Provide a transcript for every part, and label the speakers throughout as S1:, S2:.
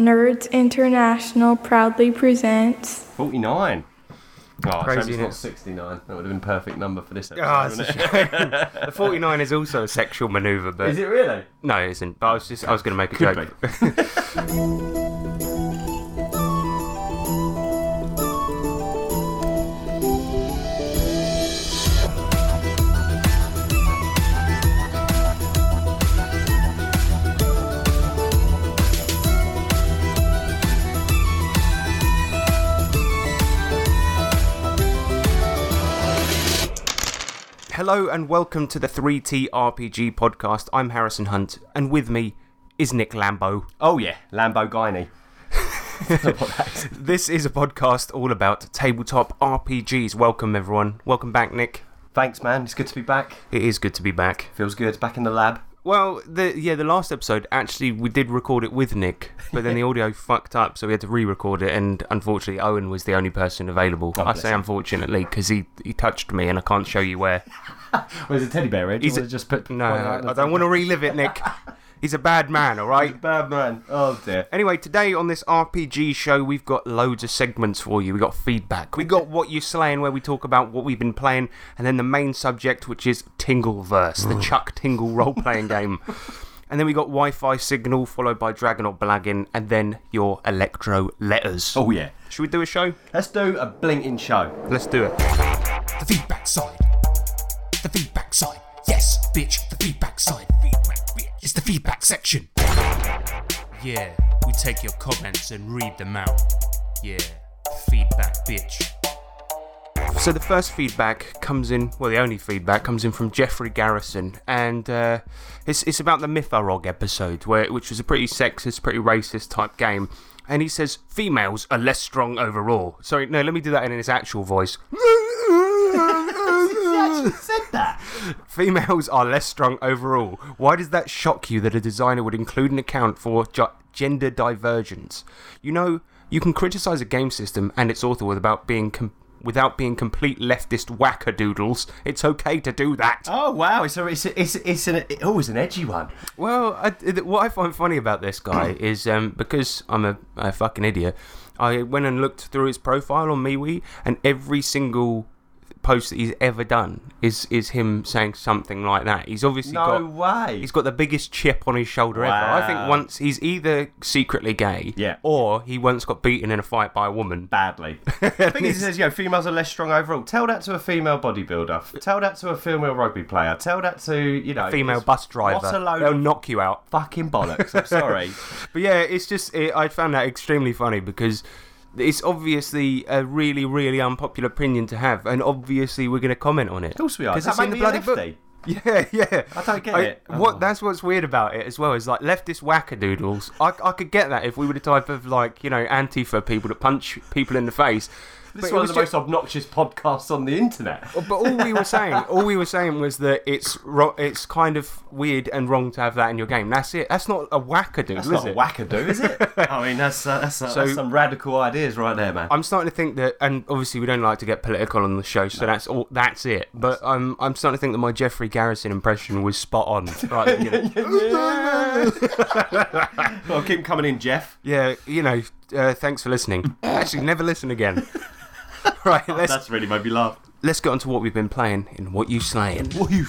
S1: Nerds International proudly presents
S2: 49. Oh,
S3: Crazy,
S2: Crazy, it's
S3: innit?
S2: not 69. That would have been perfect number for this episode.
S3: Ah, it's
S2: wouldn't
S3: a
S2: it?
S3: shame. the 49 is also a sexual maneuver, but
S2: Is it really?
S3: no, it isn't. But I was just I was going to make a
S2: Could
S3: joke. Hello and welcome to the 3T RPG podcast. I'm Harrison Hunt, and with me is Nick Lambo.
S2: Oh, yeah. Lamborghini.
S3: This is a podcast all about tabletop RPGs. Welcome everyone. Welcome back, Nick.
S2: Thanks, man. It's good to be back.
S3: It is good to be back.
S2: Feels good. Back in the lab.
S3: Well, the yeah, the last episode actually we did record it with Nick, but then the audio fucked up, so we had to re-record it. And unfortunately, Owen was the only person available. I
S2: bless
S3: say
S2: him.
S3: unfortunately because he he touched me, and I can't show you where.
S2: Where's the teddy bear, Ed?
S3: He's a-
S2: just put.
S3: No, I, I don't want to relive it, Nick. He's a bad man, all right.
S2: Bad man. Oh, dear.
S3: Anyway, today on this RPG show, we've got loads of segments for you. We've got feedback. We've got What You're Slaying, where we talk about what we've been playing, and then the main subject, which is Tingleverse,
S4: Mm.
S3: the Chuck Tingle role playing game. And then we got Wi Fi Signal, followed by Dragon or Blagging, and then your Electro Letters.
S2: Oh, yeah.
S3: Should we do a show?
S2: Let's do a blinking show.
S3: Let's do it.
S4: the feedback side. The feedback side. Yes, bitch, the feedback side. Feedback, bitch. It's the feedback section. Yeah, we take your comments and read them out. Yeah, feedback, bitch.
S3: So the first feedback comes in, well, the only feedback comes in from Jeffrey Garrison, and uh, it's, it's about the Mytharog episode, where which was a pretty sexist, pretty racist type game. And he says females are less strong overall. Sorry, no, let me do that in his actual voice.
S2: said that.
S3: Females are less strong overall. Why does that shock you that a designer would include an account for ju- gender divergence? You know, you can criticize a game system and its author without being com- without being complete leftist wackadoodles. It's okay to do that.
S2: Oh, wow. It's, a, it's, a, it's, a, it's an, it, oh, it's an edgy one.
S3: Well, I, th- what I find funny about this guy is um, because I'm a, a fucking idiot, I went and looked through his profile on MeWe, and every single post that he's ever done is is him saying something like that. He's obviously
S2: No
S3: got,
S2: way.
S3: He's got the biggest chip on his shoulder ever. I
S2: Wow.
S3: think once he's either secretly gay,
S2: Yeah.
S3: or he once got beaten in a fight by a woman.
S2: badly. I think he says, you know, females are less strong overall. Tell that to a female bodybuilder. Tell that to a female rugby player. Tell that to, you know,
S3: Female
S2: it's-
S3: bus driver.
S2: What a load
S3: They'll
S2: of
S3: knock you out.
S2: fucking bollocks. I'm sorry.
S3: But yeah, it's just it, I found that extremely funny because it's obviously a really, really unpopular opinion to have, and obviously we're going to comment on it. Of
S2: course we are.
S3: because
S2: Does
S3: it's
S2: that
S3: in the
S2: make
S3: bloody
S2: me a
S3: book.
S2: lefty?
S3: Yeah, yeah.
S2: I don't get it.
S3: What
S2: Oh.
S3: that's what's weird about it as well is like leftist wackadoodles. I, I could get that if we were the type of like you know antifa people that punch people in the face.
S2: This is
S3: But it
S2: one of
S3: was
S2: the
S3: ju- Oh,
S2: most obnoxious podcasts on the internet.
S3: but all we were saying, all we were saying was that it's ro- it's kind of weird and wrong to have that in your game. That's it. That's not a wackadoodle,
S2: That's
S3: is
S2: not
S3: it?
S2: wackadoo, is it? I mean, that's, uh, that's, uh, that's some radical ideas right there, man.
S3: I'm starting to think that, and obviously we don't like to get political on the show, so that's all. That's it. But I'm I'm starting to think that my Jeffrey Garrison impression was spot on. Right, at the beginning.
S2: Well, Oh, keep coming in, Jeff.
S3: yeah, you know. Uh, thanks for listening. Actually, never listen again. right, let's
S2: That's really made me laugh.
S3: let's get on to what we've been playing and what you slaying.
S2: What you?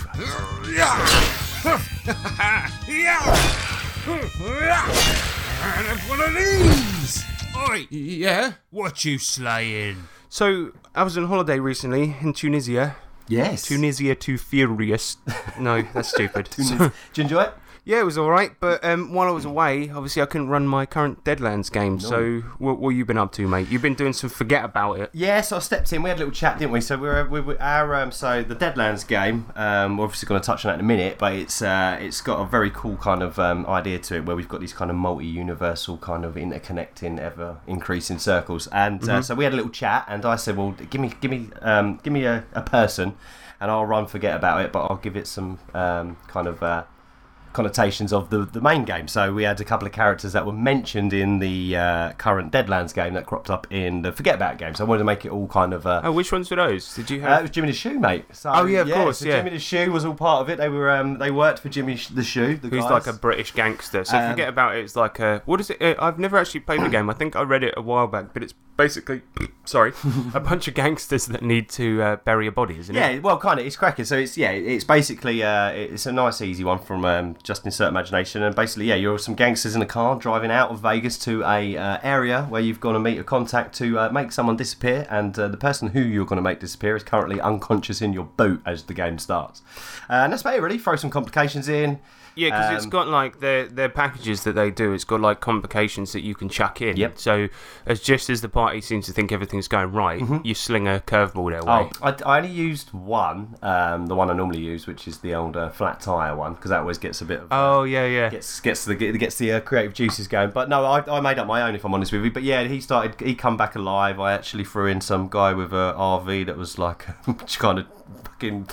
S4: And have one of these. Oi, yeah? What you slaying?
S3: So I was on holiday recently in Tunisia.
S2: Yes.
S3: Tunisia too furious. No, that's stupid.
S2: Do you enjoy it?
S3: Yeah, it was all right, but um, while I was away, obviously I couldn't run my current Deadlands game. So, what, what you been up to, mate? You've been doing some forget about it.
S2: Yeah, so I stepped in. We had a little chat, didn't we? So we were, we were our um, so the Deadlands game. Um, we're obviously going to touch on that in a minute, but it's uh, it's got a very cool kind of um, idea to it, where we've got these kind of multi-universal, kind of interconnecting, ever increasing circles. And uh, so we had a little chat, and I said, "Well, give me, give me, um, give me a, a person, and I'll run forget about it, but I'll give it some um, kind of." Uh, connotations of the, the main game. So we had a couple of characters that were mentioned in the uh, current Deadlands game that cropped up in the Forget About game. So I wanted to make it all kind of. Uh,
S3: Oh, which ones were those? Did you
S2: uh, it
S3: have?
S2: was Jimmy the Shoe, mate. So,
S3: Oh, yeah, of course,
S2: so
S3: yeah.
S2: Jimmy the Shoe was all part of it. They were um, they worked for Jimmy Sh- the Shoe. The
S3: Who's
S2: guys.
S3: like a British gangster? So
S2: Um,
S3: forget about it. It's like a what is it? uh, I've never actually played the game. I think I read it a while back, but it's basically sorry, a bunch of gangsters that need to uh, bury a body, isn't it?
S2: Yeah, well, kind of. It's cracker. So it's yeah, it's basically uh, it's a nice, easy one from um, just insert imagination. And basically, yeah, you're some gangsters in a car driving out of Vegas to a uh, area where you've got to meet a contact to uh, make someone disappear, and uh, the person who you're going to make disappear is currently unconscious in your boot as the game starts. Uh, and that's about it, really. Throw some complications in.
S3: Yeah, because it's
S2: Um,
S3: got like their their packages that they do. It's got like complications that you can chuck in.
S2: Yep.
S3: So as just as the party seems to think everything's going right, you sling a curveball their way.
S2: Mm-hmm. Oh, I, I only used one, um, the one I normally use, which is the old uh, flat tire one, because that always gets a bit of. uh,
S3: Oh yeah, yeah.
S2: gets gets the gets the uh, creative juices going. But no, I, I made up my own if I'm honest with you. But yeah, he started he come back alive. I actually threw in some guy with a RV that was like kind of fucking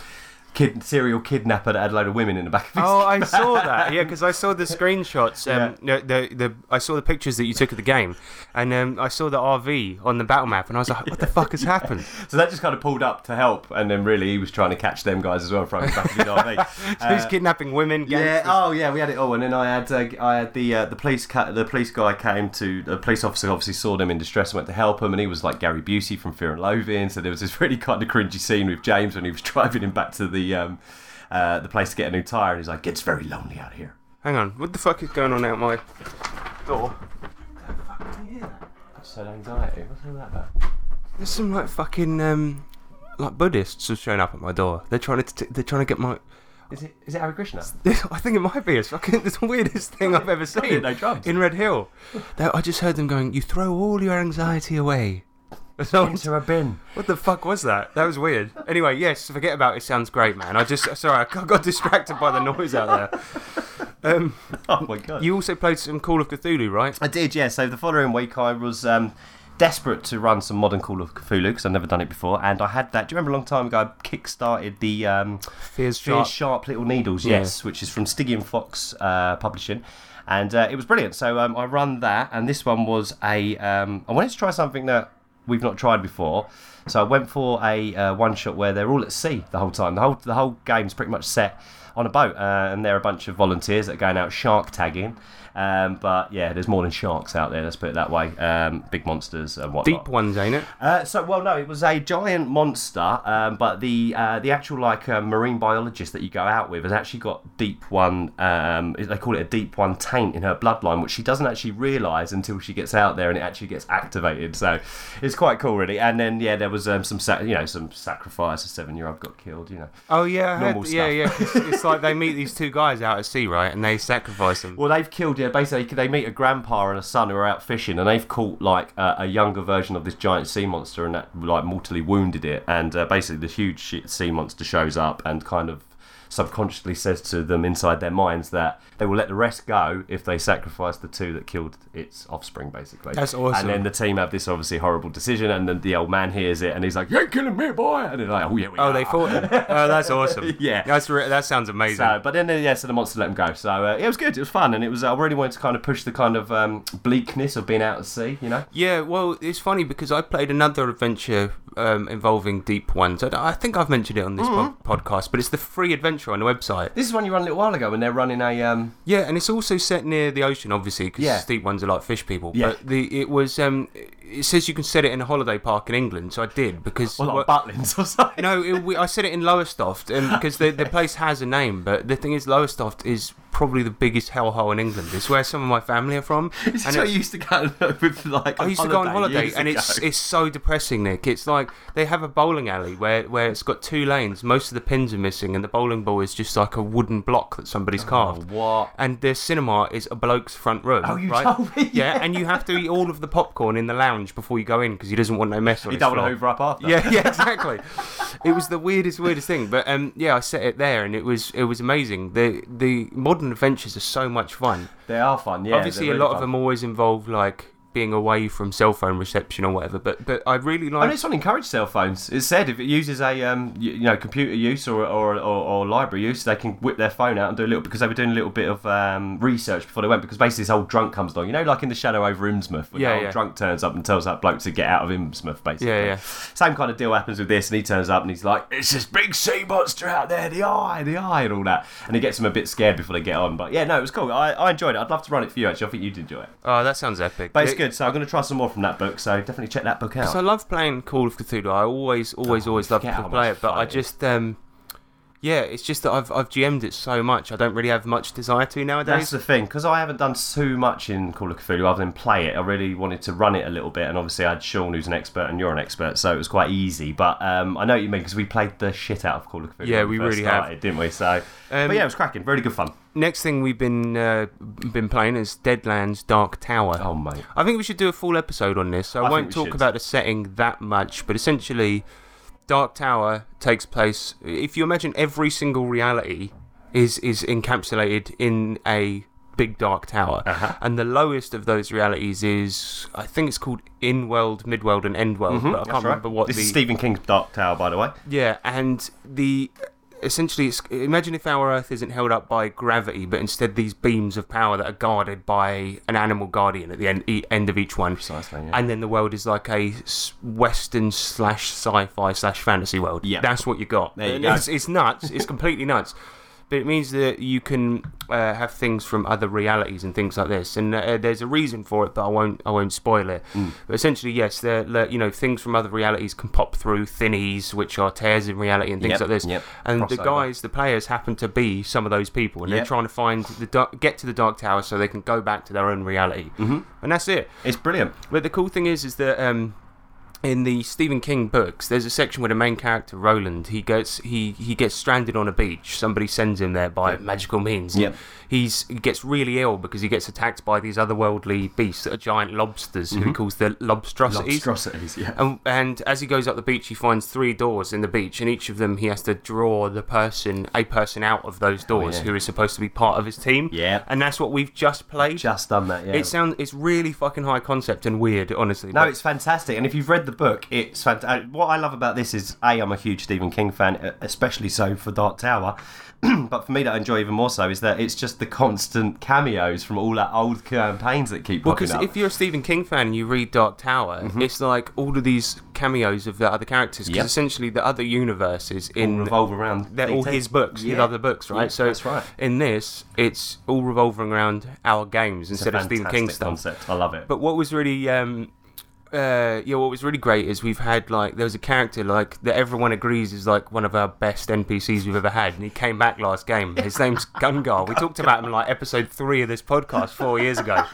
S2: kid serial kidnapper that had a load of women in the back of his.
S3: Oh, I saw that. Yeah, because I saw the screenshots. Um, no, the, the I saw the pictures that you took of the game, and um, I saw the RV on the battle map, and I was like, "What the fuck has happened?"
S2: So that just kind of pulled up to help, and then really he was trying to catch them guys as well, throwing them back of his RV.
S3: Who's kidnapping women?
S2: Uh, Yeah.
S3: gangsters?
S2: Oh, yeah. We had it all, and then I had uh, I had the uh, the police ca- the police guy came to the police officer obviously saw them in distress and went to help him, and he was like Gary Busey from Fear and Loathing. So there was this really kind of cringy scene with James when he was driving him back to the um, uh, the place to get a new tire, and he's like, "Gets very lonely out here."
S3: Hang on. What the fuck is going on out my door?
S2: So anxiety. What's all that about?
S3: There's some like fucking um, like Buddhists have shown up at my door. They're trying to t- they're trying to get my.
S2: Is it is it Harry Krishna?
S3: I think it might be. It's fucking it's the weirdest thing I've ever seen.
S2: no drums.
S3: in Red Hill. They- I just heard them going, "You throw all your anxiety away." So I was
S2: Into a bin.
S3: What the fuck was that? That was weird. Anyway, yes, forget about it. Sounds great, man. I just sorry, I got got distracted by the noise out there. Um,
S2: Oh my god.
S3: you also played some Call of Cthulhu, right?
S2: I did, yeah. So the following week, I was um, desperate to run some modern Call of Cthulhu because I've never done it before, and I had that. Do you remember a long time ago? I kickstarted the um,
S3: Fears
S2: Sharp.
S3: Sharp.
S2: Sharp Little Needles,
S3: Yeah.
S2: yes, which is from Stygian Fox uh, Publishing. And uh, it was brilliant. So um, I run that, and this one was a. Um, I wanted to try something that we've not tried before. So I went for a uh, one shot where they're all at sea the whole time. The whole the whole game's pretty much set on a boat, uh, and they're a bunch of volunteers that are going out shark tagging. Um, but yeah, there's more than sharks out there. Let's put it that way. Um, big monsters and whatnot.
S3: Deep ones, ain't it?
S2: Uh, so well, no, it was a giant monster, um, but the uh, the actual like uh, marine biologist that you go out with has actually got deep one. Um, they call it a deep one taint in her bloodline, which she doesn't actually realise until she gets out there and it actually gets activated. So it's quite cool, really. And then yeah, there was um, some sac- you know some sacrifice. A seven year old got killed. You know.
S3: Oh yeah, I heard-
S2: Normal
S3: yeah,
S2: stuff.
S3: yeah. 'cause it's like they meet these two guys out at sea, right? And they sacrifice them.
S2: Well, they've killed. Yeah, basically, they meet a grandpa and a son who are out fishing, and they've caught like a, a younger version of this giant sea monster, and that like mortally wounded it. And uh, basically, the huge shi- sea monster shows up and kind of subconsciously says to them inside their minds that they will let the rest go if they sacrifice the two that killed its offspring. Basically,
S3: That's awesome.
S2: And then the team have this obviously horrible decision, and then the old man hears it, and he's like, "You ain't killing me, boy!" And they're like, "Oh yeah, we
S3: Oh,
S2: are."
S3: they fought them. Oh, that's awesome.
S2: Yeah.
S3: that's re- that sounds amazing.
S2: So, but then uh, yeah, so the monster let him go. So uh, it was good. It was fun, and it was. I really wanted to kind of push the kind of um, bleakness of being out at sea. You know.
S3: Yeah, well, it's funny because I played another adventure um, involving deep ones. I, don't- I think I've mentioned it on this po- podcast, but it's the free adventure on the website.
S2: This is one you run a little while ago when they're running a. Um,
S3: Yeah, and it's also set near the ocean, obviously, because
S2: Yeah.
S3: steep ones are like fish people.
S2: Yeah.
S3: But the it was um, it says you can set it in a holiday park in England, so I did because
S2: well, like
S3: well,
S2: Butlins or something.
S3: no, it, we, I said it in Lowestoft, and because the, the place has a name, but the thing is, Lowestoft is probably the biggest hellhole in England. It's where some of my family are from.
S2: This
S3: and
S2: is where
S3: it's-
S2: you used to go with like.
S3: I used to go on holiday,
S2: years
S3: and it's
S2: ago.
S3: it's so depressing, Nick. It's like they have a bowling alley where, where it's got two lanes. Most of the pins are missing, and the bowling ball is just like a wooden block that somebody's carved.
S2: Oh, what?
S3: And the cinema is a bloke's front room.
S2: Oh, you
S3: right?
S2: told me,
S3: Yeah. and you have to eat all of the popcorn in the lounge before you go in because he doesn't want no mess on
S2: You
S3: his
S2: don't want
S3: floor.
S2: to hoover up after.
S3: Yeah, yeah, exactly. it was the weirdest, weirdest thing. But um, yeah, I set it there, and it was it was amazing. The the modern adventures are so much fun
S2: They are fun. Yeah.
S3: obviously
S2: they're
S3: a lot
S2: really
S3: of
S2: fun.
S3: them always involve like being away from cell phone reception or whatever. But but I really
S2: I mean,
S3: like.
S2: it's not encouraged cell phones. It said if it uses a um, you, you know computer use or, or, or, or library use, they can whip their phone out and do a little because they were doing a little bit of um, research before they went because basically this old drunk comes along, you know, like in the shadow over Innsmouth, when
S3: Yeah,
S2: the old
S3: yeah.
S2: drunk turns up and tells that bloke to get out of Innsmouth, basically.
S3: Yeah, yeah.
S2: Same kind of deal happens with this, and he turns up and he's like, "It's this big sea monster out there, the eye, the eye, and all that," and it gets them a bit scared before they get on. But yeah, no, it was cool. I, I enjoyed it. I'd love to run it for you actually. I think you'd enjoy it.
S3: Oh, that sounds epic.
S2: But it's
S3: It-
S2: good, so I'm going to try some more from that book. So definitely check that book out.
S3: So I love playing Call of Cthulhu. I always, always, always love
S2: forget
S3: to
S2: how
S3: play
S2: much
S3: it, but
S2: fun
S3: I
S2: it is.
S3: just, um, yeah, it's just that I've, I've GM'd it so much. I don't really have much desire to
S2: That's
S3: nowadays.
S2: the thing, because I haven't done too much in Call of Cthulhu other than play it. I really wanted to run it a little bit, and obviously I had Sean, who's an expert, and you're an expert, so it was quite easy. But um, I know what you mean, because we played the shit out of Call of Cthulhu.
S3: Yeah,
S2: when
S3: we
S2: first
S3: really have. Um,
S2: started, didn't we? So, but yeah, it was cracking. Really good fun.
S3: Next thing we've been uh, been playing is Deadlands Dark Tower.
S2: Oh mate,
S3: I think we should do a full episode on this. So I,
S2: I think
S3: won't
S2: we
S3: talk
S2: should.
S3: about the setting that much, but essentially, Dark Tower takes place. If you imagine every single reality is is encapsulated in a big dark tower,
S2: Uh-huh.
S3: and the lowest of those realities is I think it's called in-world, mid-world, and end-world. But I can't
S2: Mm-hmm. That's right.
S3: remember what
S2: this
S3: the
S2: is Stephen King's Dark Tower, by the way.
S3: yeah, and the essentially, it's, imagine if our Earth isn't held up by gravity, but instead these beams of power that are guarded by an animal guardian at the end, e- end of each one.
S2: Precisely, yeah.
S3: And then the world is like a s- western slash sci-fi slash fantasy world.
S2: Yeah.
S3: that's what you got.
S2: There you
S3: And
S2: go.
S3: It's, it's nuts. It's completely nuts. But it means that you can uh, have things from other realities and things like this, and uh, there's a reason for it, but I won't. I won't spoil it.
S2: Mm.
S3: But essentially, yes, there. like, You know, things from other realities can pop through thinnies, which are tears in reality and things
S2: Yep,
S3: like this.
S2: yep.
S3: And the
S2: Crossover.
S3: guys, the players, happen to be some of those people, and they're
S2: Yep.
S3: trying to find the dar- get to the dark tower so they can go back to their own reality. Mm-hmm. And that's it.
S2: It's brilliant.
S3: But the cool thing is, is that um, in the Stephen King books, there's a section where the main character Roland he gets he he gets stranded on a beach. Somebody sends him there by magical means.
S2: Yep.
S3: He's he gets really ill because he gets attacked by these otherworldly beasts that are giant lobsters
S2: Mm-hmm.
S3: who he calls the lobstrosities.
S2: Monstrosities, yeah.
S3: and, and as he goes up the beach, he finds three doors in the beach, and each of them he has to draw the person, a person out of those doors
S2: Oh, yeah.
S3: who is supposed to be part of his team.
S2: Yeah.
S3: and that's what we've just played.
S2: Just done that, yeah.
S3: It sounds it's really fucking high concept and weird, honestly.
S2: No,
S3: but-
S2: it's fantastic. And if you've read the book, it's fantastic. What I love about this is, A, I'm a huge Stephen King fan, e, especially so for Dark Tower. but for me, that I enjoy even more so is that it's just the constant cameos from all that old campaigns that keep
S3: well,
S2: popping
S3: because
S2: up.
S3: if you're a Stephen King fan and you read Dark Tower, it's like all of these cameos of the other characters because
S2: Mm-hmm. Yep.
S3: essentially the other universe is
S2: All
S3: in
S2: revolve around
S3: they're all
S2: DT.
S3: his books, his
S2: Yeah.
S3: other books, right?
S2: Yeah,
S3: so
S2: that's right.
S3: In this, it's all revolving around our
S2: It's
S3: games
S2: a
S3: instead of Stephen King
S2: fantastic
S3: stuff.
S2: concept. I love it.
S3: But what was really, um, uh, yeah, what was really great is we've had like there was a character like that everyone agrees is like one of our best NPCs we've ever had, and he came back last game. His name's Gungar. We talked about him in, like episode three of this podcast four years ago,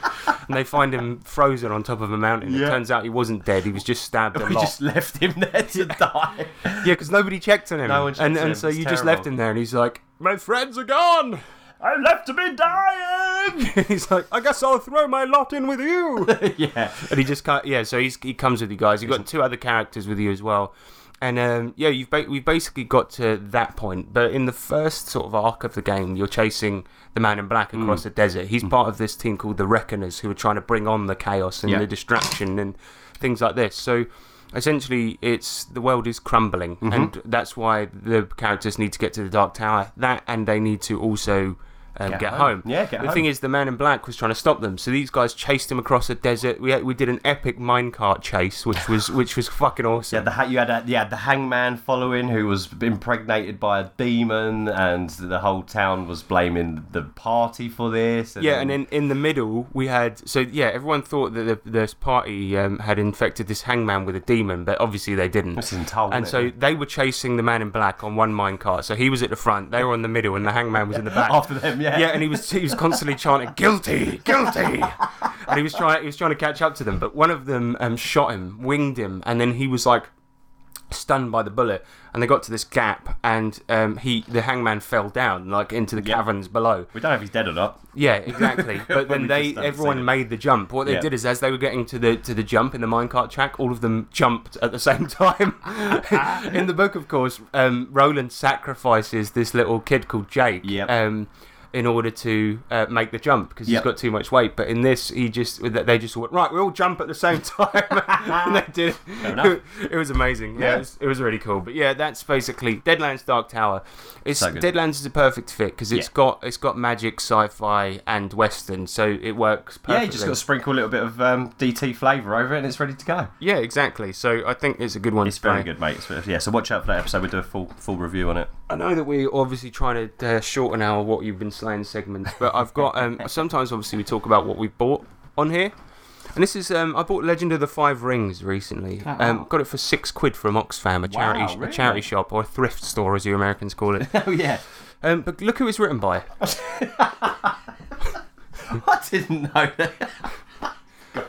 S3: and they find him frozen on top of a mountain. It
S2: Yeah.
S3: turns out he wasn't dead; he was just stabbed a
S2: we
S3: lot.
S2: just left him there to die.
S3: Yeah, because nobody checked on him.
S2: No one checked
S3: and
S2: on
S3: and
S2: him.
S3: so
S2: It's
S3: you just left
S2: terrible.
S3: him there, and he's like, "My friends are gone."
S2: I'm left to be dying!
S3: he's like, "I guess I'll throw my lot in with you."
S2: yeah.
S3: and he just can't. Yeah, so he's, he comes with you guys. You've got two other characters with you as well, and um, yeah, you've ba- we've basically got to that point. But in the first sort of arc of the game, you're chasing the man in black
S2: Mm.
S3: across the desert. He's part of this team called the Reckoners, who are trying to bring on the chaos and
S2: Yeah.
S3: the distraction and things like this. So. Essentially, it's the world is crumbling,
S2: Mm-hmm.
S3: and that's why the characters need to get to the Dark Tower. That, and they need to also um, get,
S2: Get
S3: home.
S2: home. Yeah, get
S3: the thing
S2: home.
S3: is, the man in black was trying to stop them, so these guys chased him across a desert. We we did an epic minecart chase, which was which was fucking
S2: Yeah,
S3: awesome.
S2: the ha- you had a, you had the hangman following who was impregnated by a demon, and the whole town was blaming the party for this.
S3: Yeah, and then in the middle we had so yeah everyone thought that the, this party um, had infected this hangman with a demon, but obviously they didn't.
S2: This isn't told,
S3: and
S2: isn't
S3: so
S2: it?
S3: they were chasing the man in black on one minecart. So he was at the front, they were on the middle, and the hangman was in the back.
S2: after them, yeah,
S3: yeah, and he was he was constantly chanting "guilty, guilty," and he was trying he was trying to catch up to them. But one of them um, shot him, winged him, and then he was like stunned by the bullet. And they got to this gap, and um, he the hangman fell down like into the caverns below.
S2: we don't know if he's dead or not.
S3: Yeah, exactly. But then
S2: we
S3: they
S2: just haven't seen
S3: everyone
S2: it.
S3: made the jump. What they
S2: Yeah.
S3: did is as they were getting to the to the jump in the minecart track, all of them jumped at the same time. in the book, of course, um, Roland sacrifices this little kid called Jake.
S2: Yep.
S3: Um, in order to uh, make the jump because
S2: Yep.
S3: he's got too much weight. But in this, he just they just went right. We all jump at the same time, and they did.
S2: enough.
S3: It, it was amazing. Yeah,
S2: Yeah.
S3: It, was, it was really cool. But yeah, that's basically Deadlands Dark Tower. It's
S2: So good.
S3: Deadlands is a perfect fit because it's
S2: Yeah.
S3: got it's got magic, sci-fi, and western, so it works. perfectly.
S2: Yeah, you just got to sprinkle a little bit of um, DT flavour over it, and it's ready to go.
S3: Yeah, exactly. So I think it's a good one.
S2: It's
S3: to
S2: very
S3: play.
S2: good, mate. It's- yeah, so watch out for that episode. We do a full full review on it.
S3: I know that we're obviously trying to uh, shorten our what you've been slaying segments, but I've got um, sometimes obviously we talk about what we've bought on here, and this is um, I bought Legend of the Five Rings recently. Um, got it for six quid from Oxfam, a
S2: Oh.
S3: charity
S2: Wow,
S3: sh-
S2: really?
S3: a charity shop or a thrift store as you Americans call it.
S2: Oh yeah,
S3: um, but look who it's written by.
S2: I didn't know that.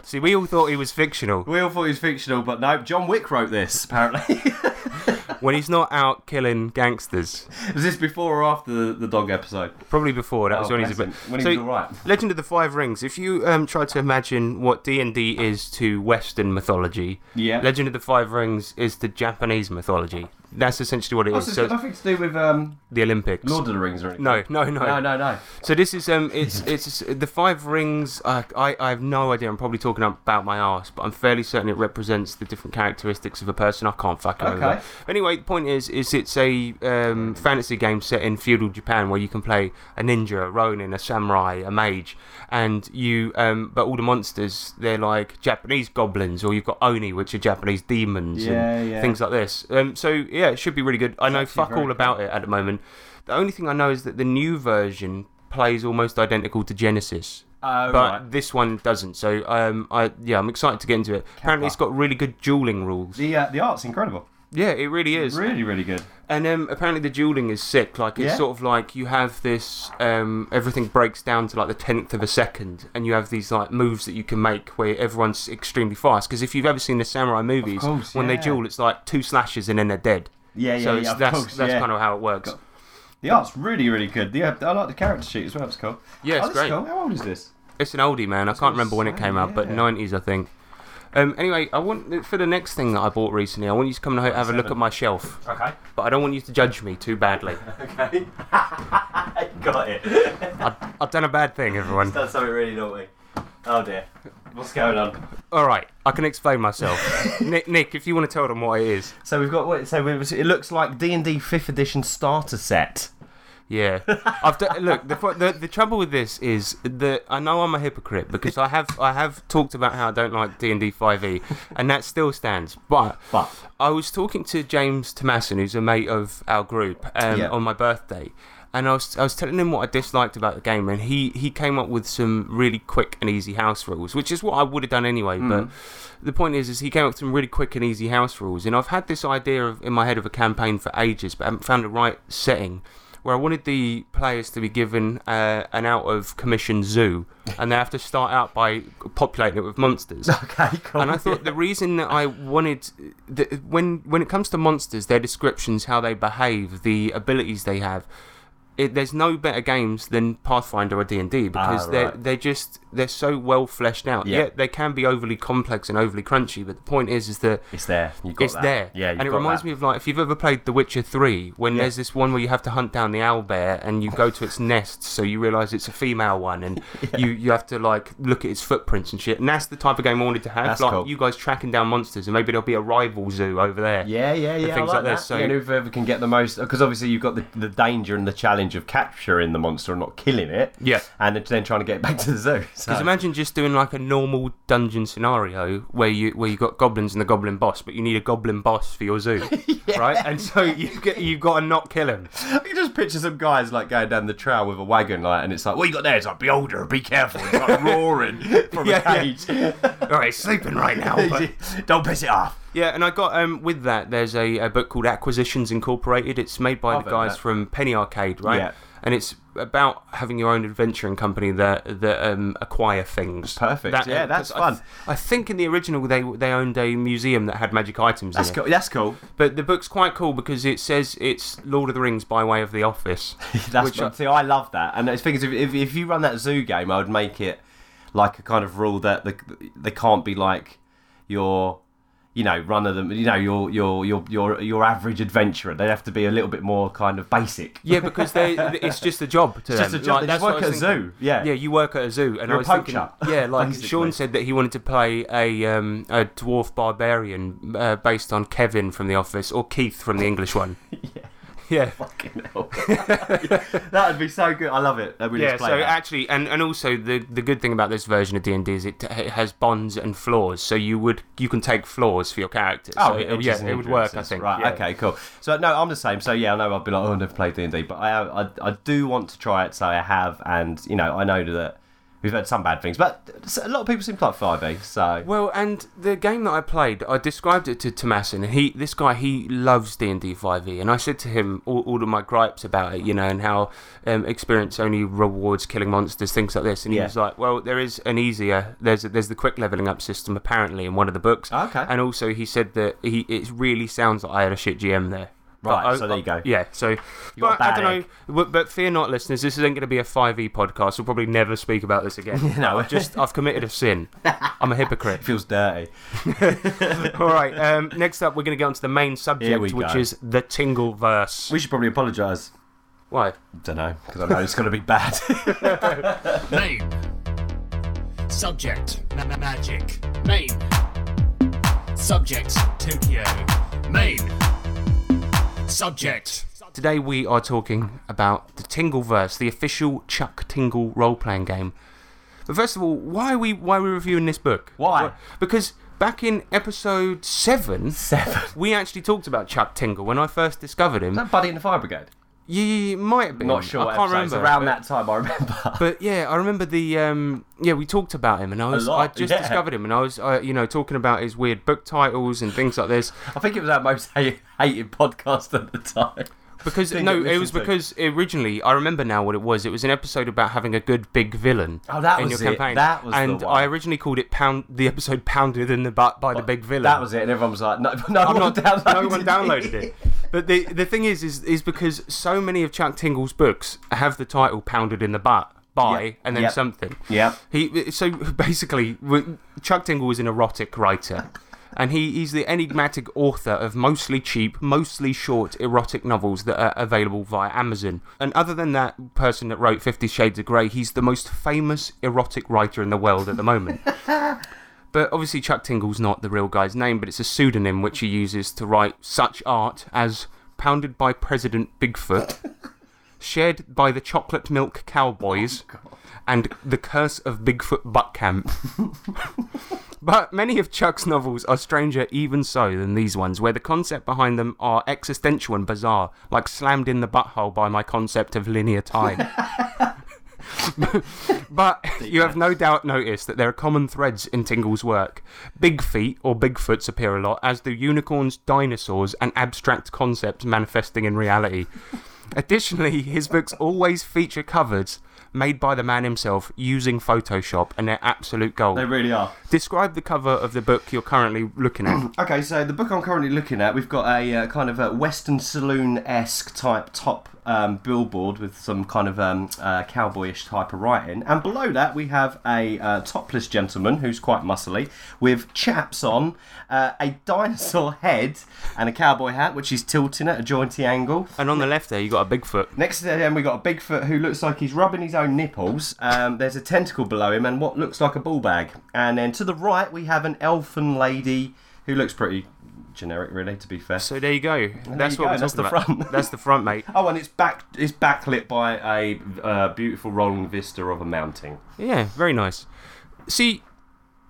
S3: See, we all thought he was fictional
S2: We all thought it was fictional, but nope. John Wick wrote this. Apparently,
S3: when he's not out killing gangsters.
S2: was this before or after the, the dog episode?
S3: Probably before that
S2: Oh,
S3: was when he's a
S2: bless
S3: bit.
S2: him. When he was all right.
S3: Legend of the Five Rings. If you um, try to imagine what D and D is to Western mythology,
S2: Yeah.
S3: Legend of the Five Rings is to Japanese mythology. That's essentially what it
S2: Oh,
S3: is.
S2: so it's
S3: So
S2: got nothing to do with um,
S3: the Olympics.
S2: Lord of the Rings or anything.
S3: no, no, no,
S2: no, no, no.
S3: So this is um, it's
S2: Mm-hmm.
S3: it's the Five Rings. I I, I have no idea. I'm probably talking about my ass, but I'm fairly certain it represents the different characteristics of a person. I can't fuck it
S2: Okay.
S3: over. Anyway, the point is, is it's a um, fantasy game set in feudal Japan where you can play a ninja, a ronin, a samurai, a mage, and you. Um, but all the monsters, they're like Japanese goblins, or you've got oni, which are Japanese demons,
S2: Yeah,
S3: and
S2: yeah.
S3: things like this. Um, so yeah, it should be really good. I know
S2: actually
S3: fuck
S2: very
S3: all about it at the moment. The only thing I know is that the new version plays almost identical to Genesis.
S2: Oh,
S3: but
S2: right.
S3: this one doesn't, so um, I yeah, I'm excited to get into it. Apparently, it's got really good dueling rules.
S2: The uh, the art's incredible.
S3: Yeah, it really is.
S2: Really, really good.
S3: And um, apparently the dueling is sick. Like it's
S2: Yeah.
S3: sort of like you have this. Um, everything breaks down to like the tenth of a second, and you have these like moves that you can make where everyone's extremely fast. Because if you've ever seen the samurai movies,
S2: course,
S3: when they
S2: yeah.
S3: duel, it's like two slashes and then they're dead.
S2: Yeah, yeah,
S3: so
S2: yeah,
S3: it's,
S2: of
S3: that's
S2: course,
S3: that's
S2: yeah.
S3: kind of how it works.
S2: Got- The art's really, really good. The, uh, I like the character sheet as well. It's cool.
S3: Yeah, it's
S2: oh, this is
S3: great.
S2: Cool. How old is this?
S3: It's an oldie, man. I can't remember when it
S2: insane,
S3: came out, but
S2: yeah.
S3: nineties, I think. Um, anyway, I want for the next thing that I bought recently, I want you to come and have a look at my shelf,
S2: Okay.
S3: but I don't want you to judge me too badly.
S2: Okay. Got it.
S3: I, I've done a bad thing, everyone.
S2: That's something really naughty. Oh dear. What's going on?
S3: All right, I can explain myself. Nick, Nick, if you want to tell them what it is,
S2: So we've got what? So we- it looks like D and D fifth edition starter set.
S3: yeah. I've done, look. The, pro- the the trouble with this is that I know I'm a hypocrite because I have I have talked about how I don't like D and D five e, and that still stands. But
S2: But
S3: I was talking to James Tomasin, who's a mate of our group, um,
S2: Yeah.
S3: on my birthday, and I was I was telling him what I disliked about the game, and he he came up with some really quick and easy house rules, which is what I would have done anyway. But the point is, is he came up with some really quick and easy house rules, and I've had this idea of, in my head of a campaign for ages, but I haven't found the right setting. Where I wanted the players to be given uh, an out of commission zoo, and they have to start out by populating it with monsters.
S2: okay, cool.
S3: And I thought the reason that I wanted, the, when when it comes to monsters, their descriptions, how they behave, the abilities they have, it, there's no better games than Pathfinder or D and D because
S2: Ah,
S3: they're
S2: right.
S3: they're just they're so well fleshed out.
S2: Yeah.
S3: Yeah, they can be overly complex and overly crunchy, but the point is, is that
S2: it's there. You got
S3: it's
S2: that.
S3: there.
S2: Yeah, you
S3: and it
S2: got
S3: reminds
S2: that.
S3: me of like if you've ever played The Witcher Three, when there's this one where you have to hunt down the owl bear and you go to its nest, so you realise it's a female one, and you you have to like look at its footprints and shit. And that's the type of game I wanted to have.
S2: That's
S3: like
S2: cool.
S3: you guys tracking down monsters, and maybe there'll be a rival zoo over there.
S2: Yeah, yeah, yeah. I
S3: things like
S2: that.
S3: this, so-
S2: Yeah, and whoever can get the most, because obviously you've got the, the danger and the challenge of capturing the monster and not killing it.
S3: Yeah.
S2: And then trying to get it back to the zoo. So.
S3: Because imagine just doing like a normal dungeon scenario where you where you got goblins and the goblin boss, but you need a goblin boss for your zoo, right? And so you get you've got to not kill him.
S2: I can just picture some guys like going down the trail with a wagon, like, and it's like, "What you got there?" It's like, "Be older, be careful." It's like roaring from
S3: Yeah, yeah.
S2: a cage.
S3: All right, sleeping right now. But...
S2: Don't piss it off.
S3: Yeah, and I got um with that. There's a, a book called Acquisitions Incorporated. It's made by
S2: I've
S3: the
S2: heard of
S3: guys
S2: that.
S3: from Penny Arcade, right?
S2: Yeah.
S3: And it's about having your own adventuring company that that um, acquire things. um,
S2: Perfect, yeah, that's
S3: 'cause I th-
S2: fun.
S3: I, think in the original they they owned a museum that had magic items
S2: That's
S3: in it.
S2: cool. That's cool.
S3: But the book's quite cool because it says it's Lord of the Rings by way of the Office.
S2: That's
S3: Which
S2: what- see, I love that. And the thing is, if, if, if you run that zoo game, I would make it like a kind of rule that the, they can't be like your you know, run of them, you know, your your your your your average adventurer. They'd have to be a little bit more kind of basic.
S3: Yeah, because they it's just a job to
S2: It's just
S3: them.
S2: a job. They just
S3: that's what
S2: work
S3: I
S2: at a
S3: was thinking.
S2: zoo. Yeah.
S3: yeah, you work at a zoo, and
S2: You're
S3: I
S2: a
S3: was
S2: poacher,
S3: thinking, yeah, like
S2: basically.
S3: Sean said that he wanted to play a um, a dwarf barbarian uh, based on Kevin from The Office or Keith from the English one. yeah,
S2: Fucking hell. that would be so good. I love it. That we
S3: yeah.
S2: just
S3: So
S2: play that.
S3: actually, and, and also the the good thing about this version of D and D is it, it has bonds and flaws, so you would you can take flaws for your characters. so it,
S2: edges
S3: yeah,
S2: and
S3: it would work. I
S2: hindrances.
S3: think.
S2: Right.
S3: Yeah.
S2: Okay. Cool. So no, I'm the same. So yeah, I know I've been like, oh, I've never played D and D, but I, I, I do want to try it. So I have, and you know, I know that we've had some bad things, but a lot of people seem to like Five E. So
S3: Well, and the game that I played, I described it to Tomasin, and he, this guy, he loves D and D Five E, and I said to him all, all of my gripes about it, you know, and how um, experience only rewards killing monsters, things like this, and he
S2: Yeah.
S3: was like, "Well, there is an easier, there's a, there's the quick leveling up system apparently in one of the books,
S2: Ah, Okay.
S3: and also he said that he it really sounds like I had a shit GM there." But
S2: Right,
S3: I-
S2: so there you go.
S3: Yeah, so
S2: got
S3: but I
S2: a bad
S3: don't
S2: egg.
S3: know. But, but fear not, listeners. This isn't going to be a five E podcast. We'll probably never speak about this again.
S2: No.
S3: I've just I've committed a sin. I'm a hypocrite.
S2: it feels dirty.
S3: All right. Um, next up, we're going to get on to the main subject,
S2: Here we
S3: which
S2: go.
S3: is the Tingle verse.
S2: We should probably apologise.
S3: Why?
S2: Don't know because I know it's going to be bad.
S4: Name. Subject. Ma- ma- magic. Main. Subject. Tokyo. Main. Subject.
S3: Today we are talking about the Tingle verse, the official Chuck Tingle role-playing game. But first of all, why are we why are we reviewing this book?
S2: Why?
S3: Because back in episode seven,
S2: Seven.
S3: we actually talked about Chuck Tingle when I first discovered him.
S2: Is that Buddy in the Fire Brigade?
S3: You, you might have been.
S2: Not sure.
S3: I can't
S2: episode. It's
S3: remember.
S2: around
S3: but-
S2: that time, I remember.
S3: But yeah, I remember the um, yeah we talked about him, and I was
S2: lot,
S3: I just
S2: yeah.
S3: discovered him, and I was uh, you know talking about his weird book titles and things like this
S2: I think it was our most ha- hated podcast at the time.
S3: because
S2: Didn't
S3: no,
S2: get
S3: it was
S2: listened to.
S3: because originally I remember now what it was. It was an episode about having a good big villain.
S2: Oh, that
S3: in
S2: was
S3: your
S2: it.
S3: campaign.
S2: That was the
S3: and
S2: one.
S3: I originally called it pound the episode pounded in the butt by the big villain.
S2: That was it, and everyone was like, "No, no,
S3: I'm
S2: one,
S3: not
S2: downloaded
S3: no one downloaded it. But the the thing is, is is because so many of Chuck Tingle's books have the title pounded in the butt by
S2: Yep.
S3: and then
S2: Yep.
S3: something.
S2: Yep.
S3: He so basically w- Chuck Tingle was an erotic writer. And he, he's the enigmatic author of mostly cheap, mostly short erotic novels that are available via Amazon. And other than that person that wrote Fifty Shades of Grey, he's the most famous erotic writer in the world at the moment. But obviously, Chuck Tingle's not the real guy's name, but it's a pseudonym which he uses to write such art as Pounded by President Bigfoot, Shared by the Chocolate Milk Cowboys, and The Curse of Bigfoot Buttcamp. But many of Chuck's novels are stranger even so than these ones, where the concept behind them are existential and bizarre, like slammed in the butthole by my concept of linear time. but you have no doubt noticed that there are common threads in Tingle's work. Big feet or Bigfoots appear a lot, as do unicorns, dinosaurs, and abstract concepts manifesting in reality. Additionally, his books always feature covers made by the man himself using Photoshop, and they're absolute gold.
S2: They really are.
S3: Describe the cover of the book you're currently looking at.
S2: Okay, so the book I'm currently looking at, we've got a uh, kind of a Western saloon esque type top um, billboard with some kind of um, uh, cowboyish type of writing, and below that we have a uh, topless gentleman who's quite muscly with chaps on, uh, a dinosaur head, and a cowboy hat which he's tilting at a jointy angle.
S3: and on the left there, you got a Bigfoot.
S2: Next to him, we got a Bigfoot who looks like he's rubbing his own nipples. Um, there's a tentacle below him and what looks like a ball bag. And then to the right, we have an elfin lady who looks pretty generic, really, to be fair.
S3: So there you go. That's
S2: you
S3: what
S2: go,
S3: we're
S2: that's
S3: talking
S2: the
S3: about.
S2: front.
S3: that's the front, mate.
S2: oh, and it's back it's backlit by a uh, beautiful rolling vista of a mountain.
S3: Yeah, very nice. See,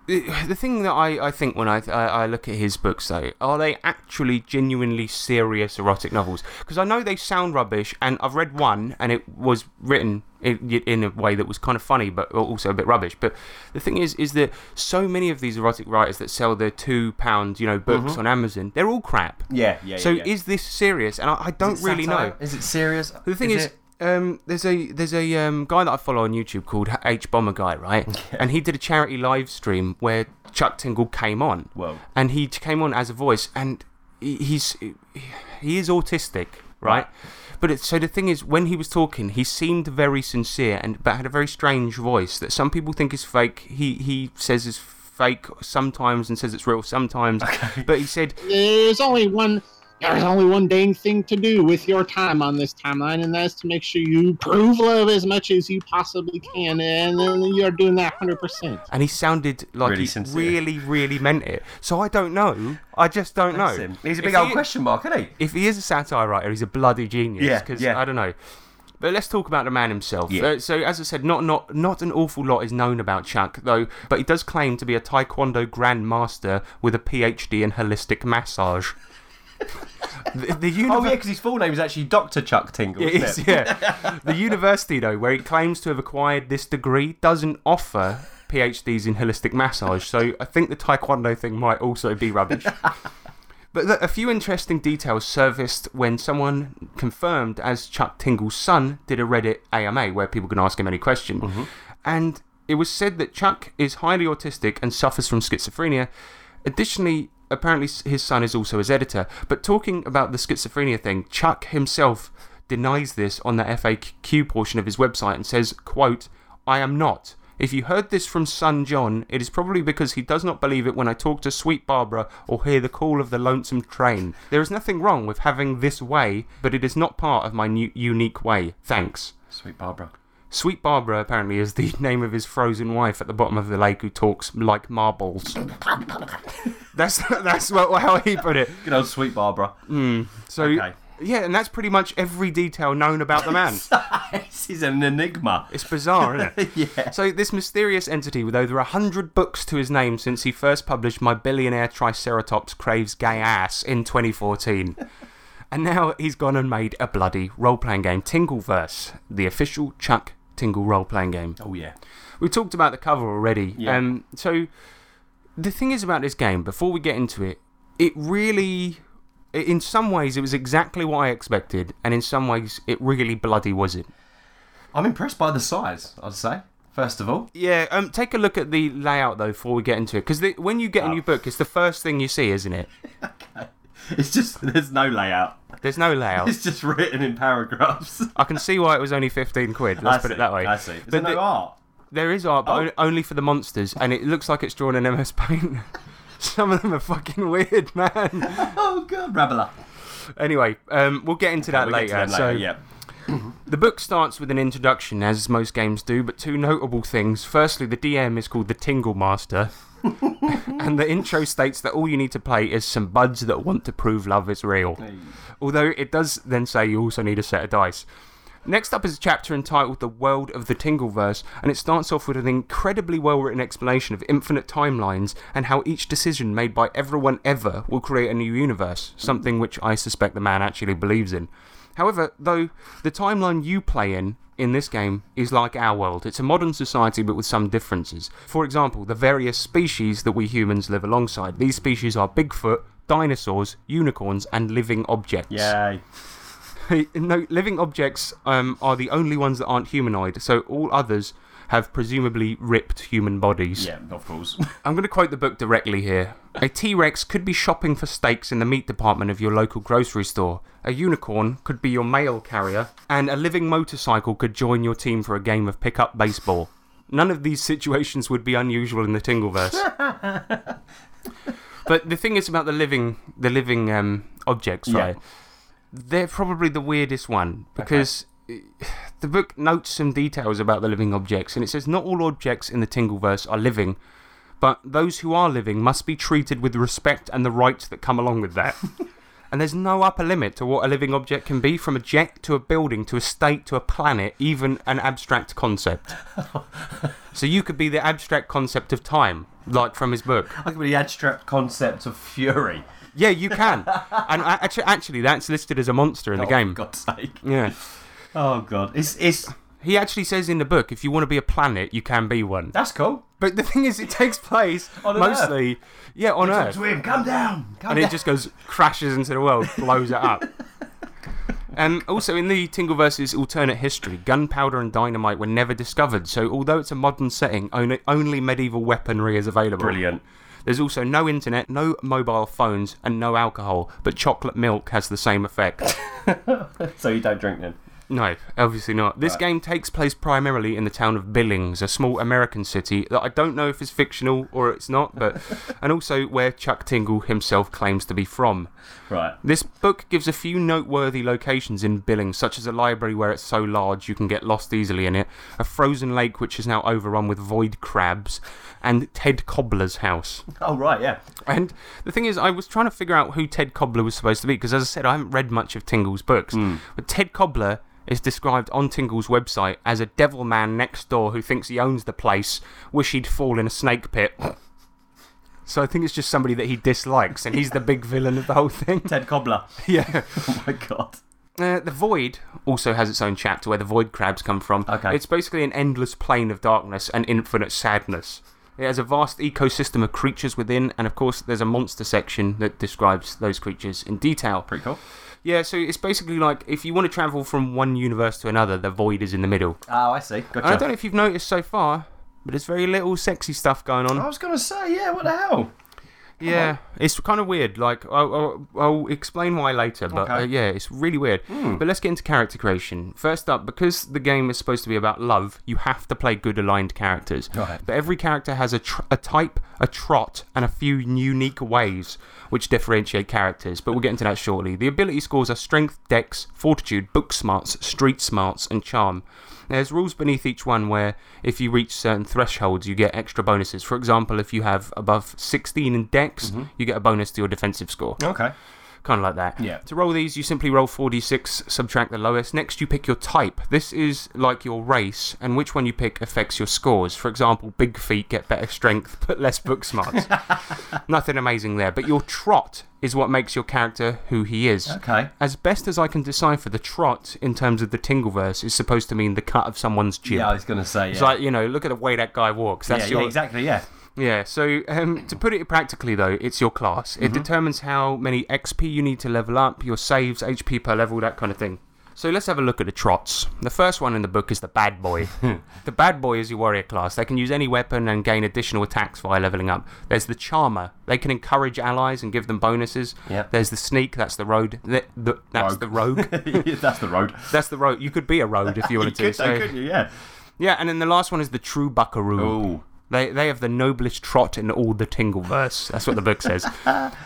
S3: the the thing that I, I think when I, I I look at his books though, are they actually genuinely serious erotic novels? Because I know they sound rubbish, and I've read one, and it was written in, in a way that was kind of funny, but also a bit rubbish. But the thing is, is that so many of these erotic writers that sell their two pound you know books
S2: Mm-hmm.
S3: on Amazon, they're all crap.
S2: Yeah, yeah.
S3: So
S2: yeah, yeah.
S3: is this serious? And I, I don't really know.
S2: Satire? Is it serious?
S3: The thing is,
S2: it-
S3: um, there's a there's a um, guy that I follow on YouTube called H Bomber Guy, right? And he did a charity live stream where Chuck Tingle came on.
S2: Whoa.
S3: And he t- came on as a voice, and he- he's he is autistic, right? But it's, so the thing is, when he was talking, he seemed very sincere, and but had a very strange voice that some people think is fake. He he says is fake sometimes and says it's real sometimes. But he said,
S5: There's only one. There's only one dang thing to do with your time on this timeline, and that's to make sure you prove love as much as you possibly can, and then you're doing that 100%.
S3: and he sounded like
S2: Really
S3: he
S2: sincere.
S3: really, really meant it. So I don't know. I just don't know.
S2: That's him. He's a
S3: If
S2: big old
S3: he-
S2: question mark, isn't he?
S3: If he is a satire writer, he's a bloody genius.
S2: Yeah,
S3: 'cause
S2: yeah.
S3: I don't know. But let's talk about the man himself.
S2: Yeah.
S3: Uh, so, as I said, not not not an awful lot is known about Chuck, though. But he does claim to be a Taekwondo grandmaster with a PhD in holistic massage. the, the
S2: Oh
S3: univer-
S2: yeah, because his full name is actually Doctor Chuck Tingle.
S3: It
S2: isn't it?
S3: is, yeah. the university, though, where he claims to have acquired this degree, doesn't offer PhDs in holistic massage, so I think the taekwondo thing might also be rubbish. But th- a few interesting details surfaced when someone confirmed as Chuck Tingle's son did a Reddit AMA where people can ask him any question. And it was said that Chuck is highly autistic and suffers from schizophrenia. Additionally, apparently s- his son is also his editor. But talking about the schizophrenia thing, Chuck himself denies this on the FAQ portion of his website and says, quote, I am not. If you heard this from son John, it is probably because he does not believe it when I talk to sweet Barbara or hear the call of the lonesome train. There is nothing wrong with having this way, but it is not part of my new unique way. Thanks.
S2: Sweet Barbara.
S3: Sweet Barbara apparently is the name of his frozen wife at the bottom of the lake who talks like marbles. that's that's what, how he put it.
S2: Good old Sweet Barbara.
S3: Mm. So
S2: Okay.
S3: yeah, and that's pretty much every detail known about the man.
S2: this is an enigma.
S3: It's bizarre, isn't it? yeah. So this mysterious entity, with over a hundred books to his name since he first published "My Billionaire Triceratops Craves Gay Ass" in 2014, and now he's gone and made a bloody role-playing game, Tingleverse, the official Chuck Tingle role-playing game.
S2: Oh yeah.
S3: We talked about the cover already.
S2: Yeah.
S3: Um, so the thing is about this game. Before we get into it, it really, i- in some ways, it was exactly what I expected, and in some ways, it really bloody wasn't.
S2: I'm impressed by the size. I'd say. First of all,
S3: Yeah, um, take a look at the layout though before we get into it, because when you get
S2: Oh.
S3: a new book, it's the first thing you see, isn't it?
S2: it's just there's no layout.
S3: There's no layout.
S2: It's just written in paragraphs.
S3: I can see why it was only fifteen quid.
S2: I
S3: Let's put
S2: see,
S3: it that way.
S2: I see. Is
S3: But
S2: there no
S3: the-
S2: art?
S3: there is art, but
S2: Oh.
S3: on- only for the monsters, and it looks like it's drawn in MS Paint. Some of them are fucking weird, man.
S2: Oh god, Rabala.
S3: anyway, um, we'll get into that
S2: We'll get to
S3: later.
S2: them
S3: So
S2: yeah.
S3: the book starts with an introduction, as most games do, but two notable things. Firstly, the DM is called the Tingle Master. and the intro states that all you need to play is some buds that want to prove love is real. Although it does then say you also need a set of dice. Next up is a chapter entitled The World of the Tingleverse, and it starts off with an incredibly well written explanation of infinite timelines and how each decision made by everyone ever will create a new universe, something which I suspect the man actually believes in. However, though, the timeline you play in in this game is like our world. It's a modern society but with some differences. For example, the various species that we humans live alongside. These species are Bigfoot, dinosaurs, unicorns, and living objects.
S2: Yay.
S3: no, living objects um, are the only ones that aren't humanoid, so all others have presumably ripped human bodies.
S2: Yeah, of course.
S3: I'm going to quote the book directly here. A T Rex could be shopping for steaks in the meat department of your local grocery store. A unicorn could be your mail carrier. And a living motorcycle could join your team for a game of pickup baseball. None of these situations would be unusual in the Tingleverse. but the thing is about the living, the living um, objects,
S2: Yeah.
S3: right? They're probably the weirdest one because the book notes some details about the living objects, and it says not all objects in the Tingleverse are living, but those who are living must be treated with respect and the rights that come along with that. and there's no upper limit to what a living object can be, from a jet to a building to a state to a planet, even an abstract concept. so you could be the abstract concept of time, like from his book.
S2: I could be the abstract concept of fury.
S3: Yeah, you can. and a- actu- actually, that's listed as a monster in the
S2: Oh,
S3: game.
S2: For God's sake.
S3: Yeah.
S2: Oh god. It's it's
S3: He actually says in the book, if you want to be a planet, you can be one.
S2: that's cool.
S3: But the thing is, it takes place
S2: On an
S3: mostly, yeah, on
S2: Talk
S3: Earth,
S2: to him. Come down. Come
S3: and
S2: down.
S3: it just goes crashes into the world, blows it up. And also in the Tingleverse's alternate history, gunpowder and dynamite were never discovered. So although it's a modern setting, only, only medieval weaponry is available.
S2: Brilliant.
S3: There's also no internet, no mobile phones, and no alcohol. But chocolate milk has the same effect.
S2: So you don't drink then.
S3: No, obviously not. This game takes place primarily in the town of Billings, a small American city that I don't know if is fictional or it's not, but and also where Chuck Tingle himself claims to be from.
S2: Right.
S3: This book gives a few noteworthy locations in Billings, such as a library where it's so large you can get lost easily in it, a frozen lake which is now overrun with void crabs, and Ted Cobbler's house.
S2: Oh, right, yeah.
S3: And the thing is, I was trying to figure out who Ted Cobbler was supposed to be because, as I said, I haven't read much of Tingle's books. But Ted Cobbler is described on Tingle's website as a devil man next door who thinks he owns the place, wish he'd fall in a snake pit. So I think it's just somebody that he dislikes, and he's the big villain of the whole thing.
S2: Ted Cobbler.
S3: yeah.
S2: Oh, my God.
S3: Uh, the Void also has its own chapter where the Void crabs come from.
S2: Okay.
S3: It's basically an endless plane of darkness and infinite sadness. It has a vast ecosystem of creatures within, and of course, there's a monster section that describes those creatures in detail.
S2: Pretty cool.
S3: Yeah, so it's basically like if you want to travel from one universe to another, the Void is in the middle.
S2: Oh, I see. Gotcha.
S3: And I don't know if you've noticed so far, but there's very little sexy stuff going on.
S2: I was going to say, yeah, what the hell?
S3: Yeah, it's kind of weird. Like, I'll, I'll, I'll explain why later, but
S2: Okay.
S3: uh, yeah, it's really weird. But let's get into character creation. First up, because the game is supposed to be about love, you have to play good aligned characters.
S2: Right.
S3: But every character has a, tr- a type, a trot, and a few unique ways which differentiate characters, but we'll get into that shortly. The ability scores are strength, dex, fortitude, book smarts, street smarts, and charm. There's rules beneath each one where if you reach certain thresholds, you get extra bonuses. For example, if you have above 16 in dex, you get a bonus to your defensive score
S2: Okay.
S3: kind of like that.
S2: Yeah.
S3: To roll these, you simply roll 4d6, subtract the lowest. Next, you pick your type. This is like your race, and which one you pick affects your scores. For example, big feet get better strength, but less book smarts. Nothing amazing there. But your trot is what makes your character who he is.
S2: Okay.
S3: As best as I can decipher, the trot in terms of the Tingleverse is supposed to mean the cut of someone's jib.
S2: Yeah, I was going to say, yeah.
S3: It's like you know, look at the way that guy walks.
S2: yeah,
S3: That's
S2: yeah,
S3: your
S2: exactly, yeah.
S3: yeah, so um, to put it practically though, it's your class.
S2: Mm-hmm.
S3: It determines how many XP you need to level up, your saves, HP per level, that kind of thing. So let's have a look at the trots. The first one in the book is the bad boy. the bad boy is your warrior class. They can use any weapon and gain additional attacks via leveling up. There's the charmer. They can encourage allies and give them bonuses.
S2: Yep.
S3: There's the sneak. That's the road. The, the, that's
S2: Rogue.
S3: the rogue.
S2: That's the road.
S3: that's the rogue. You could be a road if you
S2: You
S3: wanted
S2: could,
S3: to.
S2: though,
S3: so-
S2: couldn't you? Yeah.
S3: yeah, and then the last one is the true buckaroo.
S2: Ooh.
S3: They, they have the noblest trot in all the Tingleverse. That's what the book says.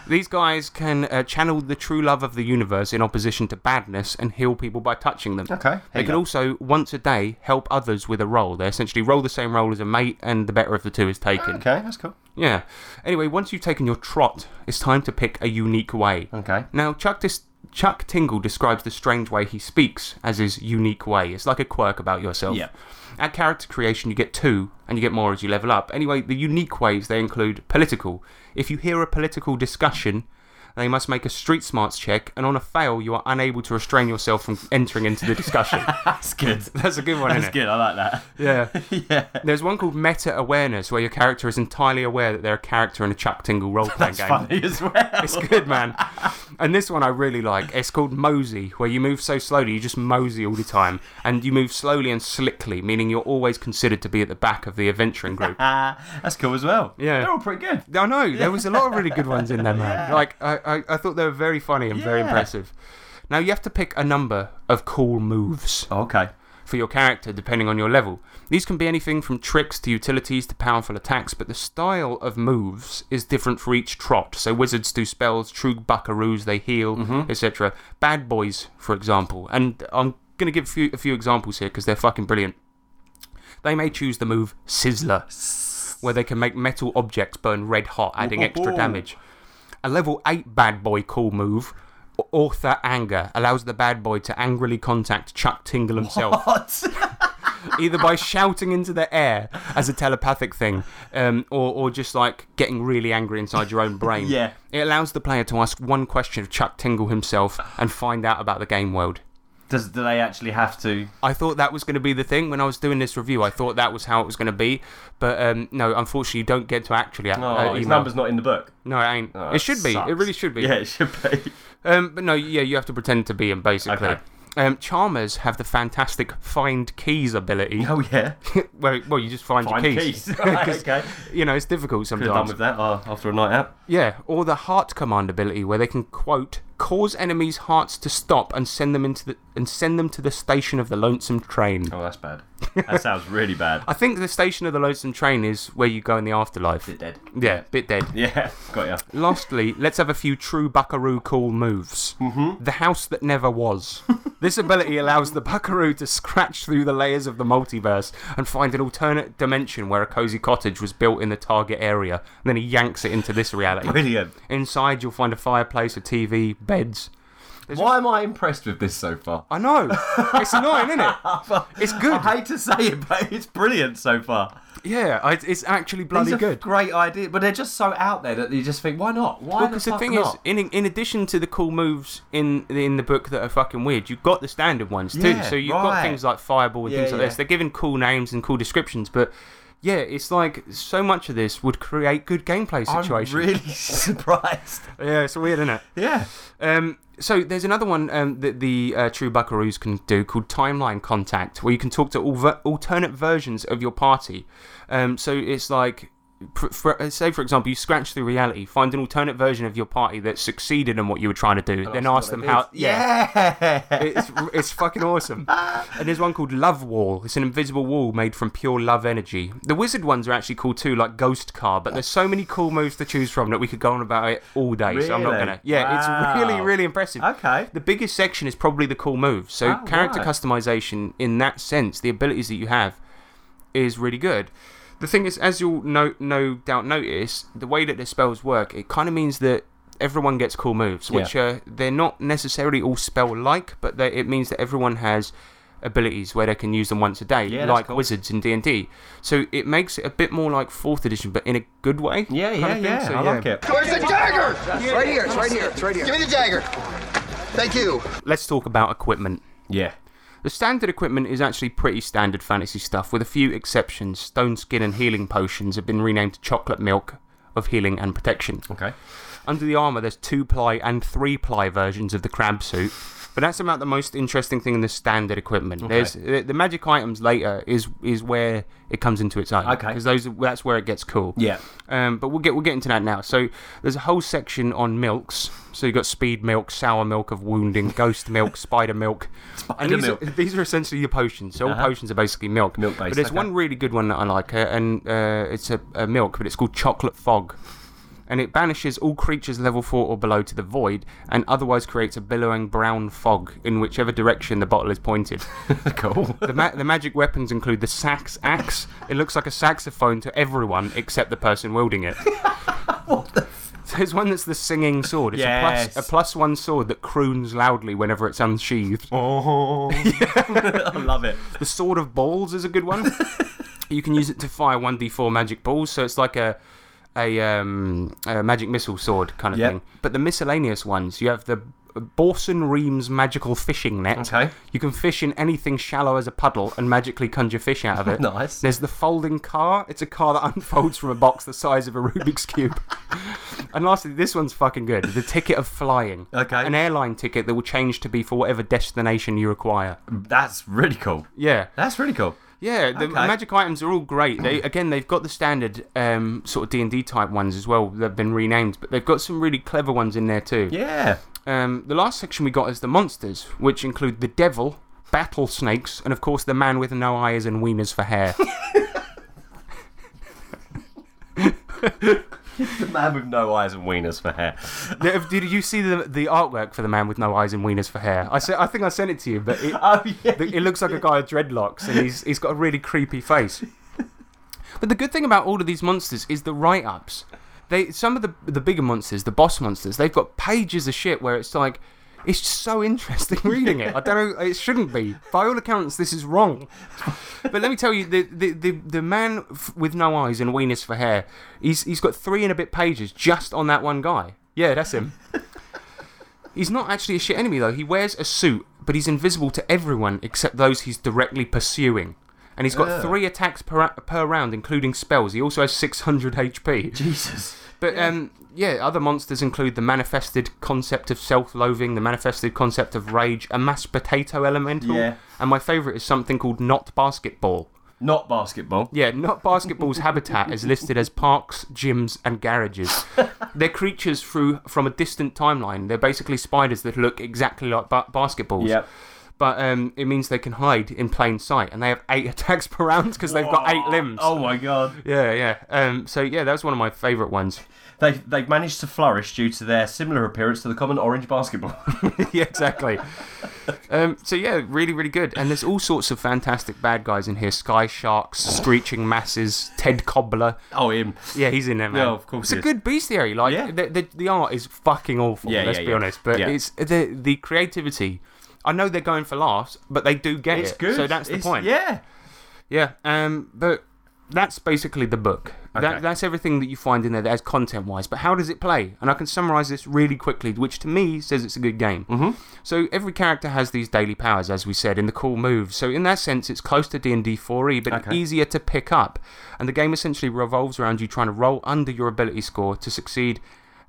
S3: These guys can uh, channel the true love of the universe in opposition to badness and heal people by touching them.
S2: Okay, here
S3: They
S2: you
S3: can
S2: go.
S3: also, once a day, help others with a roll. They essentially roll the same roll as a mate, and the better of the two is taken.
S2: Okay, that's cool.
S3: Yeah. Anyway, once you've taken your trot, it's time to pick a unique way.
S2: Okay.
S3: Now, Chuck, dis- Chuck Tingle describes the strange way he speaks as his unique way. It's like a quirk about yourself.
S2: Yeah.
S3: At character creation, you get two, and you get more as you level up. Anyway, the unique ways they include political. If you hear a political discussion, they must make a street smarts check, and on a fail, you are unable to restrain yourself from entering into the discussion.
S2: That's good.
S3: That's a good one,
S2: That's
S3: isn't
S2: good. I like that.
S3: it? Yeah.
S2: Yeah.
S3: There's one called meta awareness, where your character is entirely aware that they're a character in a Chuck Tingle role playing
S2: That's
S3: game.
S2: funny as well.
S3: It's good, man. And this one I really like. It's called mosey, where you move so slowly, you just mosey all the time, and you move slowly and slickly, meaning you're always considered to be at the back of the adventuring group.
S2: Uh, that's cool as well.
S3: Yeah.
S2: They're all pretty good.
S3: I know there was a lot of really good ones in there, man. Like I, I, I thought they were very funny and very
S2: Yeah.
S3: impressive. Now you have to pick a number of cool moves
S2: Okay.
S3: for your character depending on your level. These can be anything from tricks to utilities to powerful attacks, but the style of moves is different for each trot. So wizards do spells, true buckaroos they heal,
S2: Mm-hmm.
S3: etc. Bad boys, for example, and I'm gonna give a few, a few examples here because they're fucking brilliant. They may choose the move Sizzler, where they can make metal objects burn red hot, adding extra
S2: Whoa.
S3: damage. A level 8 bad boy cool move, Author Anger, allows the bad boy to angrily contact Chuck Tingle himself,
S2: What?
S3: either by shouting into the air as a telepathic thing, um, or, or just like getting really angry inside your own brain.
S2: Yeah.
S3: It allows the player to ask one question of Chuck Tingle himself and find out about the game world.
S2: Does do they actually have to?
S3: I thought that was going to be the thing when I was doing this review. I thought that was how it was going to be, but um, no, unfortunately, you don't get to actually.
S2: Oh,
S3: uh,
S2: his
S3: email.
S2: number's not in the book.
S3: No, it ain't.
S2: Oh,
S3: it should be.
S2: sucks.
S3: It really should be.
S2: Yeah, it should be.
S3: Um, but no, yeah, you have to pretend to be him basically.
S2: Okay.
S3: Um, Charmers have the fantastic find keys ability.
S2: Oh yeah.
S3: well, well, you just find,
S2: Find
S3: your keys.
S2: keys. Right,
S3: 'Cause,
S2: okay.
S3: You know, it's difficult
S2: Could have done
S3: sometimes.
S2: with that uh, after a night out.
S3: Yeah, or the heart command ability, where they can quote cause enemies' hearts to stop and send them into the and send them to the station of the lonesome train.
S2: Oh, that's bad. That sounds really bad.
S3: I think the station of the lonesome train is where you go in the afterlife.
S2: Bit dead.
S3: Yeah, bit dead.
S2: Yeah, got ya.
S3: Lastly, let's have a few true Buckaroo cool moves. Mm-hmm. The house that never was. this ability allows the Buckaroo to scratch through the layers of the multiverse and find an alternate dimension where a cozy cottage was built in the target area. And then he yanks it into this reality.
S2: Brilliant.
S3: Inside, you'll find a fireplace, a TV, beds.
S2: Why am I impressed with this so far?
S3: I know. It's annoying, isn't it? It's good.
S2: I hate to say it, but it's brilliant so far.
S3: Yeah, I, it's actually bloody
S2: These are
S3: good.
S2: great idea, but they're just so out there that you just think, why not? Why
S3: Well,
S2: the,
S3: because the
S2: fuck
S3: thing
S2: not?
S3: is, in in addition to the cool moves in in the book that are fucking weird, you've got the standard ones
S2: Yeah,
S3: too. So you've
S2: right.
S3: got things like fireball and
S2: Yeah,
S3: things like
S2: yeah.
S3: this. They're given cool names and cool descriptions, but yeah, it's like so much of this would create good gameplay situations.
S2: I'm really surprised.
S3: yeah, it's weird, isn't it?
S2: Yeah.
S3: Um, so there's another one um, that the uh, true buckaroos can do called timeline contact, where you can talk to all ver- alternate versions of your party. Um, so it's like, pr- for, uh, say for example, you scratch through reality, find an alternate version of your party that succeeded in what you were trying to do, then ask them how.
S2: Yeah.
S3: It's, it's fucking awesome. And there's one called Love Wall. It's an invisible wall made from pure love energy. The wizard ones are actually cool too, like Ghost Car, but there's so many cool moves to choose from that we could go on about it all day, so I'm not
S2: Really?
S3: going to. Yeah, it's really,
S2: Wow.
S3: really impressive.
S2: Okay.
S3: The biggest section is probably the cool moves. So,
S2: Oh,
S3: character
S2: right.
S3: customization in that sense, the abilities that you have, is really good. The thing is, as you'll no, no doubt notice, the way that the spells work, it kind of means that everyone gets cool moves, which are they're not necessarily all spell like, but they, it means that everyone has abilities where they can use them once a day,
S2: Yeah, that's
S3: like
S2: cool.
S3: wizards in D and D. So it makes it a bit more like fourth edition, but in a good way.
S2: Yeah,
S3: kind
S2: yeah,
S3: of thing.
S2: yeah.
S3: So,
S2: I like it.
S6: Where's the dagger? It's right here. It's right here. It's right here. Give me the dagger. Thank you.
S3: Let's talk about equipment.
S2: Yeah.
S3: The standard equipment is actually pretty standard fantasy stuff, with a few exceptions. Stone skin and healing potions have been renamed to chocolate milk of healing and protection.
S2: Okay.
S3: Under the armor, there's two ply and three ply versions of the crab suit, but that's about the most interesting thing in the standard equipment. There's the, the magic items later is is where it comes into its own.
S2: Okay.
S3: because those that's where it gets cool.
S2: Yeah.
S3: Um, but we'll get we'll get into that now. So there's a whole section on milks. So you've got speed milk, sour milk of wounding, ghost milk, spider milk. and
S2: Spider
S3: these Are,
S2: milk. Uh-huh.
S3: these are essentially your potions. So all potions are basically milk.
S2: Milk-based,
S3: But there's
S2: okay.
S3: one really good one that I like, uh, and uh, it's a, a milk, but it's called chocolate fog. And it banishes all creatures level 4 or below to the void, and otherwise creates a billowing brown fog in whichever direction the bottle is pointed.
S2: cool.
S3: The, ma- the magic weapons include the sax axe. It looks like a saxophone to everyone except the person wielding it. There's one that's the singing sword. It's a,
S2: Yes.
S3: plus, a plus one sword that croons loudly whenever it's unsheathed.
S2: Oh. I love it.
S3: The sword of balls is a good one. you can use it to fire 1d4 magic balls, so it's like a a, um, a magic missile sword kind of
S2: Yep.
S3: thing. But the miscellaneous ones, you have the Borson Reams magical fishing net.
S2: Okay.
S3: You can fish in anything shallow as a puddle and magically conjure fish out of it.
S2: Nice.
S3: There's the folding car. It's a car that unfolds from a box the size of a Rubik's cube. and lastly, this one's fucking good. The ticket of flying.
S2: Okay.
S3: An airline ticket that will change to be for whatever destination you require.
S2: That's really cool.
S3: Yeah.
S2: That's really cool.
S3: Yeah, the
S2: Okay. Mm.
S3: magic items are all great. They again, they've got the standard um, sort of D and D type ones as well. They've been renamed, but they've got some really clever ones in there too.
S2: Yeah.
S3: Um, the last section we got is the monsters, which include the devil, battle snakes, and of course the man with no eyes and wieners for hair.
S2: The man with no eyes and wieners for hair.
S3: Did did you see the the artwork for the man with no eyes and wieners for hair? I se- I think I sent it to you, but it,
S2: Oh yeah.
S3: The- it looks like a guy with dreadlocks, and he's he's got a really creepy face. But the good thing about all of these monsters is the write-ups. They some of the the bigger monsters, the boss monsters, they've got pages of shit where it's like. It's just so interesting reading it. I don't know. It shouldn't be. By all accounts, this is wrong. But let me tell you, the the, the, the man f- with no eyes and wieners for hair, he's he's got three and a bit pages just on that one guy. Yeah, that's him. He's not actually a shit enemy though. He wears a suit, but he's invisible to everyone except those he's directly pursuing. And he's got
S2: Ugh.
S3: three attacks per, per round, including spells. He also has 600 HP.
S2: Jesus.
S3: But um, yeah, other monsters include the manifested concept of self-loathing, the manifested concept of rage, a mashed potato elemental,
S2: Yeah.
S3: and my favourite is something called not basketball.
S2: Not basketball.
S3: Yeah, not basketball's habitat is listed as parks, gyms, and garages. They're creatures through from a distant timeline. They're basically spiders that look exactly like ba- basketballs.
S2: Yep.
S3: But um, it means they can hide in plain sight, and they have eight attacks per round because they've got eight limbs.
S2: Oh my god.
S3: Yeah, yeah. Um, so yeah, that was one of my favourite ones.
S2: They they've managed to flourish due to their similar appearance to the common orange basketball.
S3: yeah, exactly. Um, so yeah, really, really good. And there's all sorts of fantastic bad guys in here: Sky Sharks, Screeching Masses, Ted Cobbler.
S2: oh him.
S3: Yeah, he's in there, man.
S2: No, of course
S3: It's
S2: he
S3: a
S2: is.
S3: good bestiary. Like
S2: Yeah.
S3: the, the the art is fucking awful.
S2: Yeah,
S3: let's
S2: yeah,
S3: be
S2: yeah.
S3: honest. But
S2: Yeah.
S3: it's the the creativity. I know they're going for laughs, but they do get
S2: It's
S3: it.
S2: good.
S3: So that's the
S2: It's-
S3: point.
S2: Yeah.
S3: Yeah. Um. But that's basically the book.
S2: Okay.
S3: That, that's everything that you find in there that has content wise. But how does it play? And I can summarize this really quickly, which to me says it's a good game. Mm-hmm. So every character has these daily powers, as we said, in the cool moves. So in that sense, it's close to D and D 4e, but
S2: Okay.
S3: easier to pick up. And the game essentially revolves around you trying to roll under your ability score to succeed,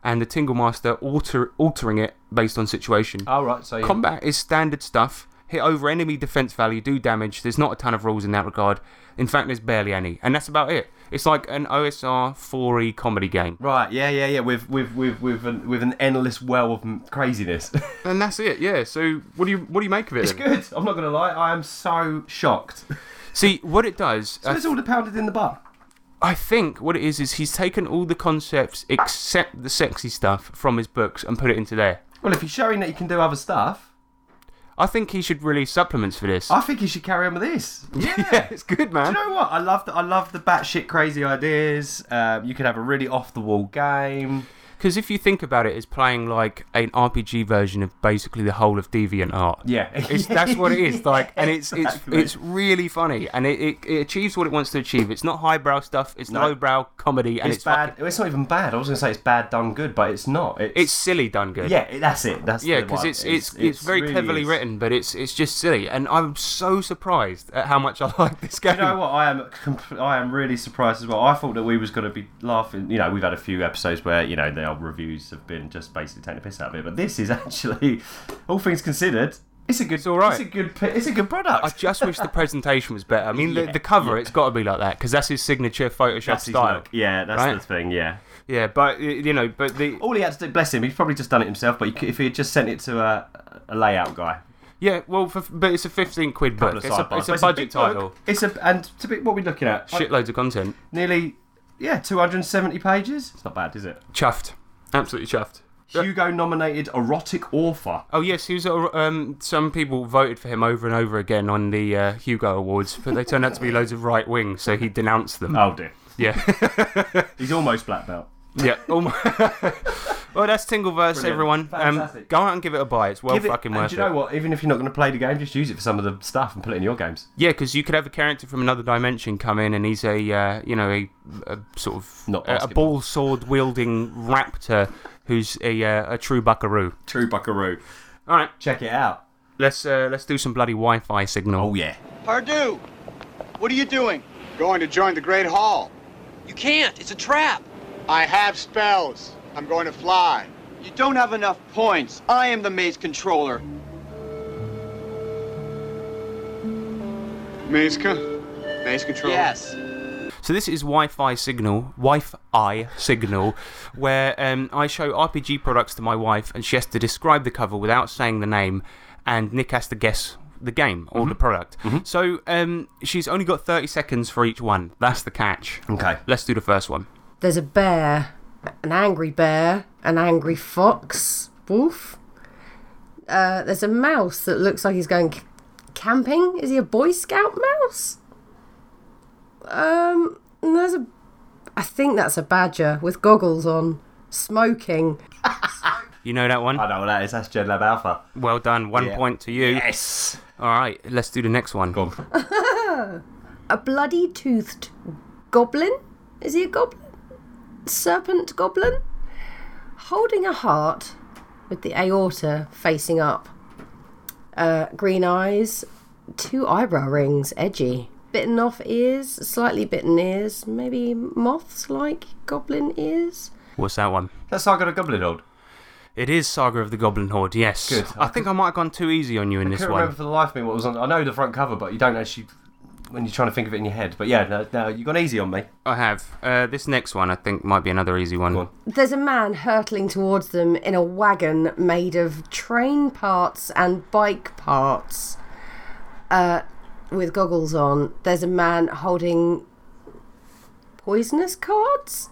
S3: and the Tingle Master alter, altering it based on situation.
S2: All right. So yeah.
S3: Combat is standard stuff. Hit over enemy defense value, do damage. There's not a ton of rules in that regard. In fact, there's barely any, and that's about it. It's like an OSR 4e E comedy game,
S2: Right, yeah, yeah, yeah. With with with with an, with an endless well of m- craziness.
S3: and that's it. Yeah. So, what do you what do you make of it?
S2: it's
S3: then?
S2: good. I'm not gonna lie. I am so shocked.
S3: See, what it does, I,
S2: It's all the pounded in the butt.
S3: I think what it is is he's taken all the concepts except the sexy stuff from his books and put it into there.
S2: Well, if you're showing that you can do other stuff,
S3: I think he should release supplements for this.
S2: I think you should carry on with this.
S3: yeah, it's good, man.
S2: Do you know what? I love the I love the batshit crazy ideas. Um, you can have a really off the wall game.
S3: Because if you think about it, it's playing like an RPG version of basically the whole of Deviant Art.
S2: Yeah.
S3: it's, that's what it is. Like, and it's it's
S2: Exactly.
S3: it's really funny, and it, it, it achieves what it wants to achieve. It's not highbrow stuff. It's
S2: No.
S3: lowbrow comedy, and
S2: It's,
S3: it's,
S2: bad.
S3: fucking-
S2: It's not even bad. I was gonna say it's bad done good, but it's not. It's,
S3: it's silly done good.
S2: yeah, it- that's it. That's
S3: Yeah,
S2: the
S3: because
S2: one.
S3: it's it's, it's very
S2: really
S3: cleverly
S2: is.
S3: written, but it's it's just silly, and I'm so surprised at how much I like this game.
S2: You know what? I am comp- I am really surprised as well. I thought that we was going to be laughing. You know, we've had a few episodes where you know the old reviews have been just basically taking the piss out of it, but this is actually, all things considered, it's a good.
S3: It's all right.
S2: It's a good. pi- It's a good
S3: I
S2: product.
S3: just wish the presentation was better. I mean, the,
S2: Yeah,
S3: the cover, it's got to be like that because that's his signature Photoshop
S2: That's his
S3: style.
S2: look. Yeah, that's
S3: right?
S2: the thing. Yeah.
S3: Yeah, but y- you know, but the
S2: All he had to do, bless him, he's probably just done it himself. But he could- if he had just sent it to a, a layout guy,
S3: yeah, well, for, but it's a fifteen quid
S2: couple
S3: book.
S2: of
S3: It's a,
S2: sidebars,
S3: it's
S2: but
S3: a budget
S2: big book.
S3: title.
S2: It's a and to be what are we looking at?
S3: Shitloads of content.
S2: Nearly, yeah, two hundred and seventy pages. It's not bad, is it?
S3: Chuffed, absolutely chuffed.
S2: Hugo nominated erotic author.
S3: Oh yes, he was. a- Um, some people voted for him over and over again on the uh, Hugo Awards, but they turned out to be loads of right wing, so he denounced them.
S2: Oh dear.
S3: Yeah,
S2: He's almost black belt.
S3: yeah. Oh, my- well, that's Tingleverse, everyone. Um,
S2: Fantastic.
S3: go out and give it a buy. It's well
S2: Give it-
S3: fucking
S2: and
S3: worth
S2: do
S3: it.
S2: you know what? Even if you're not going to play the game, just use it for some of the stuff and put it in your games.
S3: Yeah, because you could have a character from another dimension come in, and he's a uh, you know a, a sort of
S2: Not
S3: a, a
S2: basketball.
S3: ball sword wielding raptor who's a uh, a true buckaroo.
S2: True buckaroo.
S3: All right,
S2: Check it out.
S3: let's uh, let's do some bloody Wi-Fi signal.
S2: Oh yeah.
S7: Pardue, what are you doing?
S5: Going to join the Great Hall.
S7: You can't. It's a trap.
S5: I have spells. I'm going to fly.
S7: You don't have enough points. I am the maze controller.
S5: Mazka? Maze control.
S7: Yes.
S3: So this is Wi-Fi signal, Wi-Fi signal, where um, I show RPG products to my wife, and she has to describe the cover without saying the name, and Nick has to guess the game
S2: Mm-hmm.
S3: or the product. So um, she's only got 30 seconds for each one. That's the catch.
S2: Okay.
S3: Let's do the first one.
S8: There's a bear, an angry bear, an angry fox, wolf. Uh, there's a mouse that looks like he's going c- camping. Is he a Boy Scout mouse? Um, and there's a. I think that's a badger with goggles on, smoking.
S3: You know that one?
S2: I know what that is. That's Gen Lab Alpha.
S3: Well done. One
S2: Uh, Yeah.
S3: point to you.
S2: Yes.
S3: All right, let's do the next one.
S2: Go on.
S8: A bloody toothed goblin? Is he a goblin? Serpent goblin? Holding a heart with the aorta facing up. Uh, green eyes, two eyebrow rings, edgy. Bitten off ears, slightly bitten ears, maybe moths like goblin ears?
S3: What's that one?
S2: That's Saga of Goblin Horde.
S3: It is Saga of the Goblin Horde. Yes.
S2: Good.
S3: I think I might have gone too easy on you in this
S2: Couldn't
S3: one.
S2: remember for the life of me what was on. I know the front cover, but you don't actually. when you're trying to think of it in your head. But yeah, no, no you've gone easy on me.
S3: I have. Uh, this next one, I think, might be another easy one.
S2: Go on.
S8: There's a man hurtling towards them in a wagon made of train parts and bike parts. Uh, with goggles on, there's a man holding poisonous cards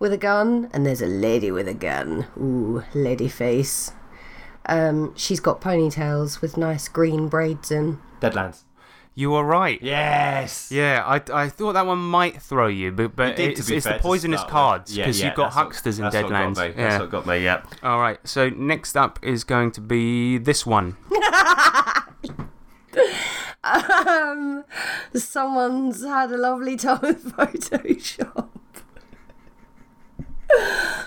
S8: with a gun, and there's a lady with a gun. Ooh, lady face. Um, she's got ponytails with nice green braids in.
S2: Deadlands.
S3: You were right.
S2: Yes.
S3: Yeah, I, I thought that one might throw you, but, but
S2: It did, to
S3: it's,
S2: be
S3: it's
S2: fair,
S3: the
S2: to
S3: poisonous
S2: start with.
S3: cards
S2: Yeah,
S3: because
S2: yeah,
S3: you've got
S2: that's what-
S3: hucksters in
S2: that's what got
S3: Deadlands.
S2: me,
S3: yeah.
S2: That's what got me. Yeah.
S3: All right, so next up is going to be this one.
S8: Someone's had a lovely time with Photoshop.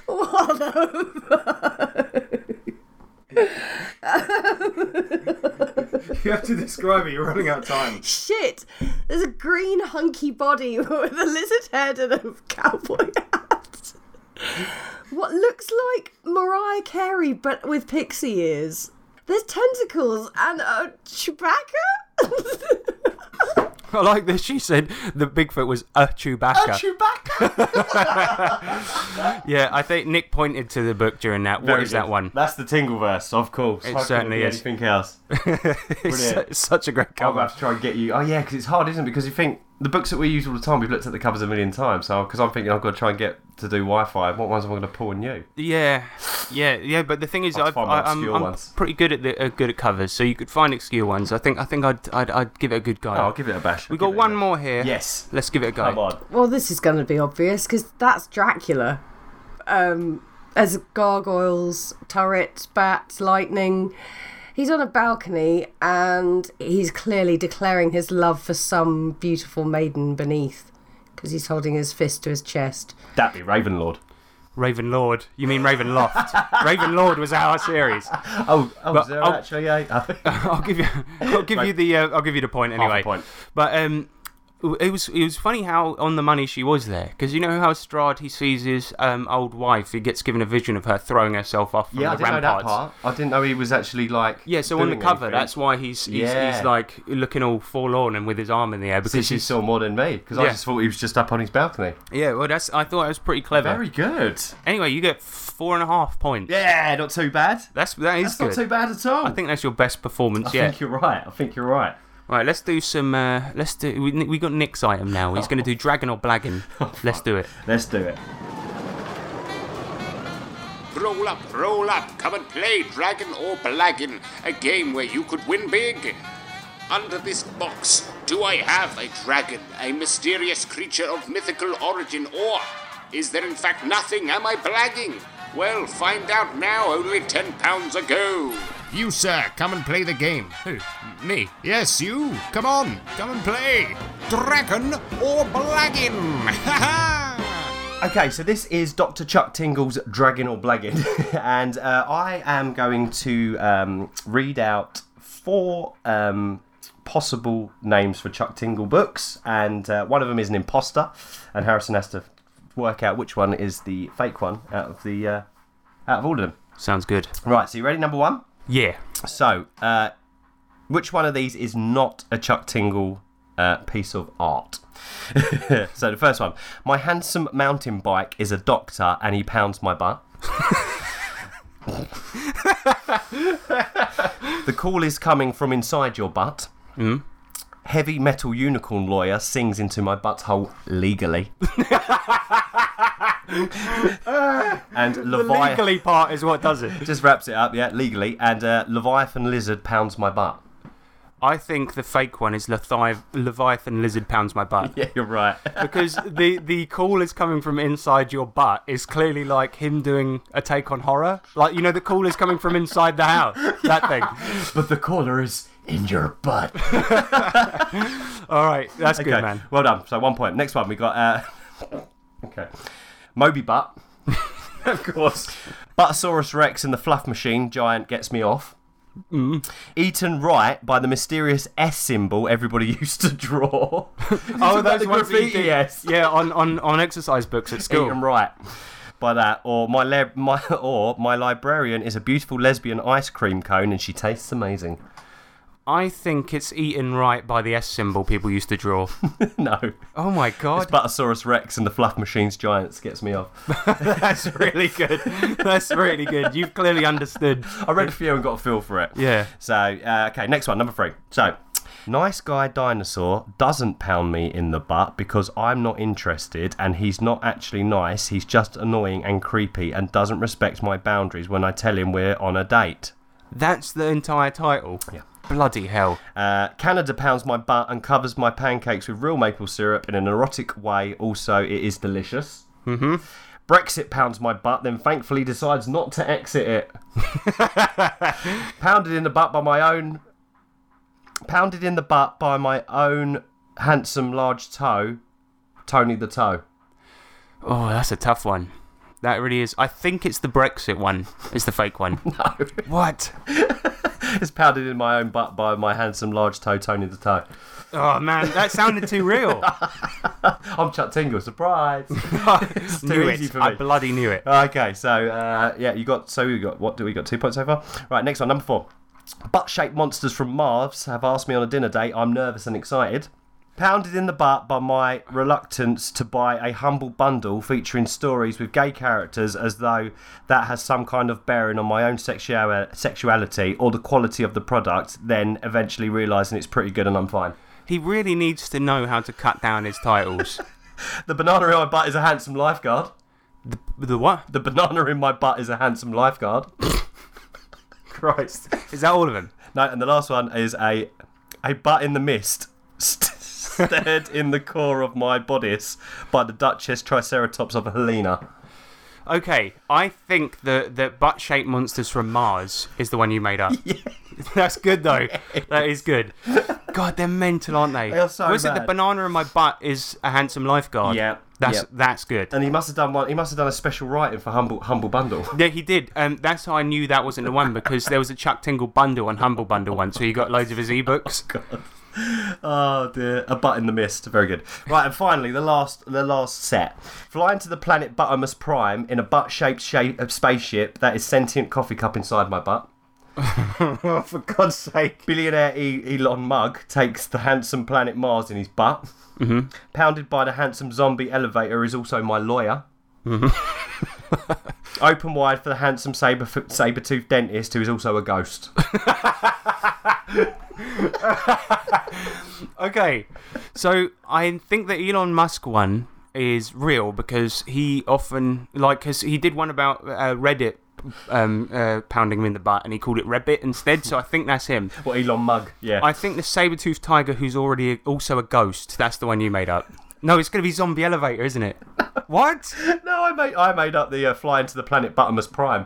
S8: what the
S2: You have to describe it. You're running out of time.
S8: shit? There's a green hunky body with a lizard head and a cowboy hat. What looks like Mariah Carey but with pixie ears. There's tentacles and a Chewbacca?
S3: I like that she said the Bigfoot was a Chewbacca.
S2: Chewbacca.
S3: yeah, I think Nick pointed to the book during that. what is that one?
S2: That's the Tingleverse, of course. It
S3: certainly is.
S2: Anything else?
S3: it's su-
S2: Brilliant.
S3: such a great
S2: I'm gonna
S3: cover.
S2: have to try and get you. Oh yeah, because it's hard, isn't it? Because you think the books that we use all the time, we've looked at the covers a million times. So because I'm thinking I've got to try and get to do Wi-Fi. What ones am I going to pull in you?
S3: Yeah, yeah, yeah. But the thing is,
S2: I'll
S3: I've,
S2: find
S3: I,
S2: my
S3: I'm,
S2: obscure
S3: I'm
S2: ones.
S3: pretty good at the, uh, good at covers, so you could find obscure ones. I think I think I'd I'd, I'd give it a good go.
S2: Oh, I'll give it a bash.
S3: we
S2: I'll
S3: got
S2: give it a
S3: one
S2: go.
S3: more here.
S2: Yes.
S3: let's give it a go.
S2: Come on.
S8: well, this is going to be obvious because that's Dracula. Um, as gargoyles, turret, bats, lightning. He's on a balcony and he's clearly declaring his love for some beautiful maiden beneath because he's holding his fist to his chest.
S2: That be Ravenlord.
S3: Raven Lord. You mean Raven Loft? Raven Lord was our series.
S2: Oh, oh,
S3: But
S2: is there
S3: I'll-
S2: actually a?
S3: I'll give you. I'll give you
S2: Right.
S3: the. Uh, I'll give you the point anyway.
S2: point.
S3: But um, it was it was funny how on the money she was there because you know how Strad he sees his um old wife. He gets given a vision of her throwing herself off from
S2: yeah, I
S3: the
S2: didn't know that
S3: ramparts.
S2: part. I didn't know he was actually like.
S3: Yeah, so on the
S2: doing
S3: cover,
S2: anything.
S3: that's why he's he's,
S2: Yeah.
S3: he's like looking all forlorn and with his arm in the air
S2: See,
S3: because
S2: she
S3: he's
S2: saw more than me because
S3: Yeah.
S2: I just thought he was just up on his balcony.
S3: yeah. Well, that's I thought that was pretty clever.
S2: Very good.
S3: Anyway, you get four and a half points.
S2: Yeah, not too bad.
S3: that's that is
S2: That's not
S3: good.
S2: too bad Oh, at all.
S3: I think that's your best performance
S2: I
S3: yet.
S2: think you're right. I think you're right.
S3: Right, let's do some. Uh, let's do. We, we got Nick's item now. He's going to do dragon or blagging. let's do it.
S2: Let's do it.
S9: Roll up, roll up, come and play Dragon or Blaggin, a game where you could win big. Under this box, do I have a dragon, a mysterious creature of mythical origin, or is there in fact nothing? Am I blagging? Well, find out now, only £10 a go.
S4: You, sir, come and play the game. Who? Me? Yes, you. Come on, come and play. Dragon or Blaggin? Ha ha!
S2: Okay, so this is Dr. Chuck Tingle's Dragon or Blagging, and uh, I am going to um, read out four um, possible names for Chuck Tingle books, and uh, one of them is an imposter, and Harrison has to work out which one is the fake one out of the uh, out of all of them.
S3: Sounds good.
S2: Right, so you ready? Number one.
S3: Yeah.
S2: So, uh, which one of these is not a Chuck Tingle uh, piece of art? so, the first one My handsome mountain bike is a doctor and he pounds my butt. the call is coming from inside your butt. Heavy metal unicorn lawyer sings into my butthole legally. and Leviathan
S3: Legally part is what does it.
S2: just wraps it up, yeah, legally. And uh, Leviathan Lizard pounds my butt.
S3: I think the fake one is Lethi- Leviathan lizard pounds my butt
S2: Yeah, you're right.
S3: because the the call is coming from inside your butt is clearly like him doing a take on horror. Like you know the call is coming from inside the house. That thing.
S2: but the caller is in your butt. okay,
S3: All right, that's good, man.
S2: well done. So one point. Next one, we got. Uh, okay, Moby Butt. of course. Buttosaurus Rex and the Fluff Machine Giant gets me off. Mm. Eaten right by the mysterious S symbol everybody used to draw.
S3: Oh,
S2: about
S3: those
S2: the
S3: ones that you
S2: graffiti
S3: did-
S2: S.
S3: Yeah, on, on, on exercise books at
S2: Eat
S3: school.
S2: 'em right by that, or my, lib- my or my librarian is a beautiful lesbian ice cream cone and she tastes amazing.
S3: I think it's eaten right by the S symbol people used to draw.
S2: no.
S3: Oh my god,
S2: Batasaurus Rex and the Fluff Machines Giants gets me off.
S3: that's really good. That's really good. You've clearly understood.
S2: I read a few and got a feel for it.
S3: Yeah.
S2: So, uh, okay, next one, number three. So, nice guy dinosaur doesn't pound me in the butt because I'm not interested and he's not actually nice. He's just annoying and creepy and doesn't respect my boundaries when I tell him we're on a date.
S3: That's the entire title. Yeah. Bloody hell.
S2: Uh, Canada pounds my butt and covers my pancakes with real maple syrup in an erotic way. Also, it is delicious. Mm-hmm. Brexit pounds my butt, then thankfully decides not to exit it. pounded in the butt by my own. Pounded in the butt by my own handsome large toe, Tony the toe.
S3: Oh, that's a tough one. That really is. I think it's the Brexit one. It's the fake one. no. What?
S2: It's pounded in my own butt by my handsome large toe, Tony the toe.
S3: Oh man, that sounded too real.
S2: I'm Chuck Tingle. Surprise.
S3: knew
S2: easy
S3: it.
S2: for
S3: I
S2: me.
S3: bloody knew it.
S2: Okay, so uh, yeah, you got so we got what do we got two points so far? Right, next one, number four. Butt-shaped monsters from Mars have asked me on a dinner date. I'm nervous and excited. Pounded in the butt by my reluctance to buy a humble bundle featuring stories with gay characters, as though that has some kind of bearing on my own sexual- sexuality or the quality of the product. Then eventually realizing it's pretty good and I'm fine.
S3: He really needs to know how to cut down his titles.
S2: The banana in my butt is a handsome lifeguard.
S3: the, the what?
S2: The banana in my butt is a handsome lifeguard.
S3: Christ. Is that all of them?
S2: No, and the last one is a a butt in the mist st- stared in the core of my bodice by the Duchess Triceratops of Helena.
S3: Okay, I think the, the butt shaped monsters from Mars is the one you made up. That's good though. That is good. God, they're mental, aren't they?
S2: They are so
S3: Was it the
S2: bad.
S3: banana in my butt is a handsome lifeguard?
S2: Yeah,
S3: That's
S2: yeah.
S3: that's good.
S2: And he must have done one. He must have done a special writing for humble humble bundle.
S3: Yeah, he did. Um, that's how I knew that wasn't the one because there was a Chuck Tingle bundle and Humble Bundle one, so he got loads of his ebooks.
S2: Oh dear, a butt in the mist. Very good. Right, and finally the last the last set. Flying to the planet Buttermus Prime in a butt shaped shape of spaceship that is sentient coffee cup inside my butt.
S3: Oh, for God's sake!
S2: Billionaire e- Elon Mugg takes the handsome planet Mars in his butt. Mm-hmm. Pounded by the handsome zombie elevator is also my lawyer. Mm-hmm. Open wide for the handsome saber saber toothed dentist who is also a ghost.
S3: Okay, so I think the Elon Musk one is real because he often like because he did one about uh, Reddit um, uh, pounding him in the butt, and he called it Reddit instead. So I think that's him.
S2: What Elon Mugg? Yeah.
S3: I think the saber-toothed tiger, who's already a, also a ghost. That's the one you made up. No, it's going to be zombie elevator, isn't it? What?
S2: no, I made I made up the uh, flying to the planet Buttermus Prime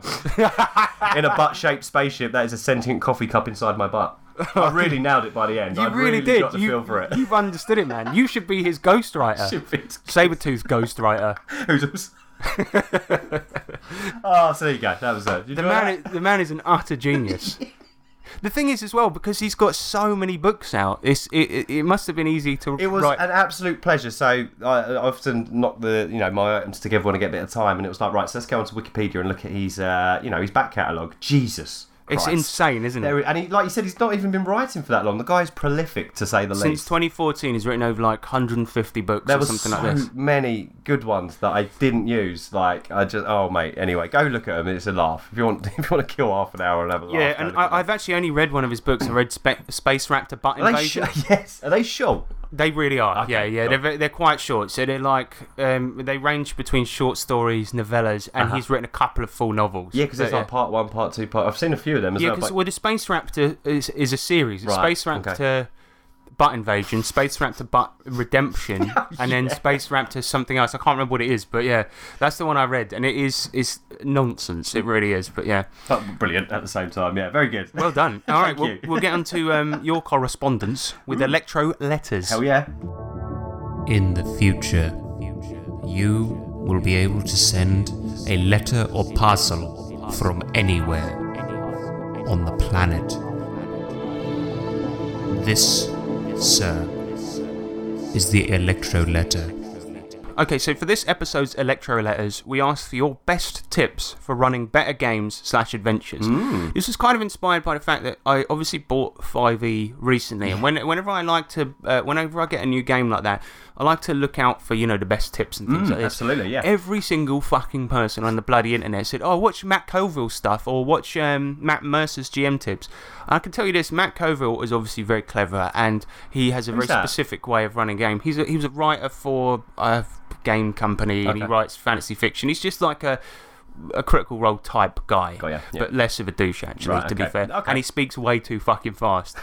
S2: in a butt shaped spaceship that is a sentient coffee cup inside my butt. I really nailed it by the end.
S3: You
S2: I
S3: really, did.
S2: got the
S3: you,
S2: feel for it.
S3: You've understood it, man. You should be his ghostwriter. Sabretooth ghostwriter.
S2: Who's also... oh, so there you go. That was it. Did you
S3: The
S2: enjoy
S3: man,
S2: that?
S3: is, the man is an utter genius. the thing is, as well, because he's got so many books out, it's, it, it, it must have been easy to
S2: It was
S3: write.
S2: an absolute pleasure. So I, I often knock the you know my items together when I get a bit of time, and it was like right, so let's go onto Wikipedia and look at his uh, you know his back catalogue. Jesus,
S3: it's
S2: Christ.
S3: insane, isn't
S2: There,
S3: it?
S2: and he, like you said, he's not even been writing for that long. The guy's prolific to say the
S3: Since
S2: least.
S3: 2014, he's written over like 150 books
S2: there
S3: or
S2: was
S3: something
S2: so
S3: like this.
S2: many good ones that I didn't use. Like I just oh mate. Anyway, go look at them. It's a laugh. If you want, if you want to kill half an hour and have a laugh.
S3: Yeah,
S2: go
S3: and
S2: look at
S3: I,
S2: them.
S3: I've actually only read one of his books. I read Spe- Space Raptor Butt
S2: Are they
S3: Invasion.
S2: sh- yes, are they short?
S3: They really are.
S2: Okay,
S3: yeah, yeah.
S2: cool.
S3: They're, ve- they're quite short. So they're like um, they range between short stories, novellas, and he's written a couple of full novels.
S2: Uh-huh. Yeah, because
S3: So,
S2: there's like part one, part two, part. I've seen a few of them as
S3: yeah,
S2: well.
S3: because
S2: but-
S3: well, the Space Raptor is, is a series. It's
S2: Right,
S3: Space Raptor Butt Invasion, Space Raptor Butt Redemption,
S2: Oh,
S3: and then Space Raptor something else. I can't remember what it is, but yeah, that's the one I read, and it is is nonsense. It really is, but yeah,
S2: but brilliant at the same time. Yeah, very good.
S3: well done. All right,
S2: Thank
S3: we'll,
S2: you. Mm.
S3: we'll get on to um, your correspondence with Electro Letters.
S2: Hell yeah.
S4: In the future, you will be able to send a letter or parcel from anywhere on the planet. This, sir, is the electro letter.
S3: Okay, so for this episode's Electro Letters, we asked for your best tips for running better games slash adventures. This was kind of inspired by the fact that I obviously bought 5e recently, and when, whenever I like to, uh, whenever I get a new game like that, I like to look out for you know the best tips and things like this.
S2: absolutely, yeah.
S3: Every single fucking person on the bloody internet said, "Oh, watch Matt Colville stuff or watch um, Matt Mercer's GM tips." I can tell you this: Matt Colville is obviously very clever, and he has a very
S2: that?
S3: specific way of running game. He's a, he was a writer for a game company, and he
S2: Okay.
S3: writes fantasy fiction. He's just like a a critical role type guy,
S2: Got ya, yeah.
S3: but less of a douche actually.
S2: Right,
S3: to be
S2: okay.
S3: fair,
S2: Okay.
S3: and he speaks way too fucking fast.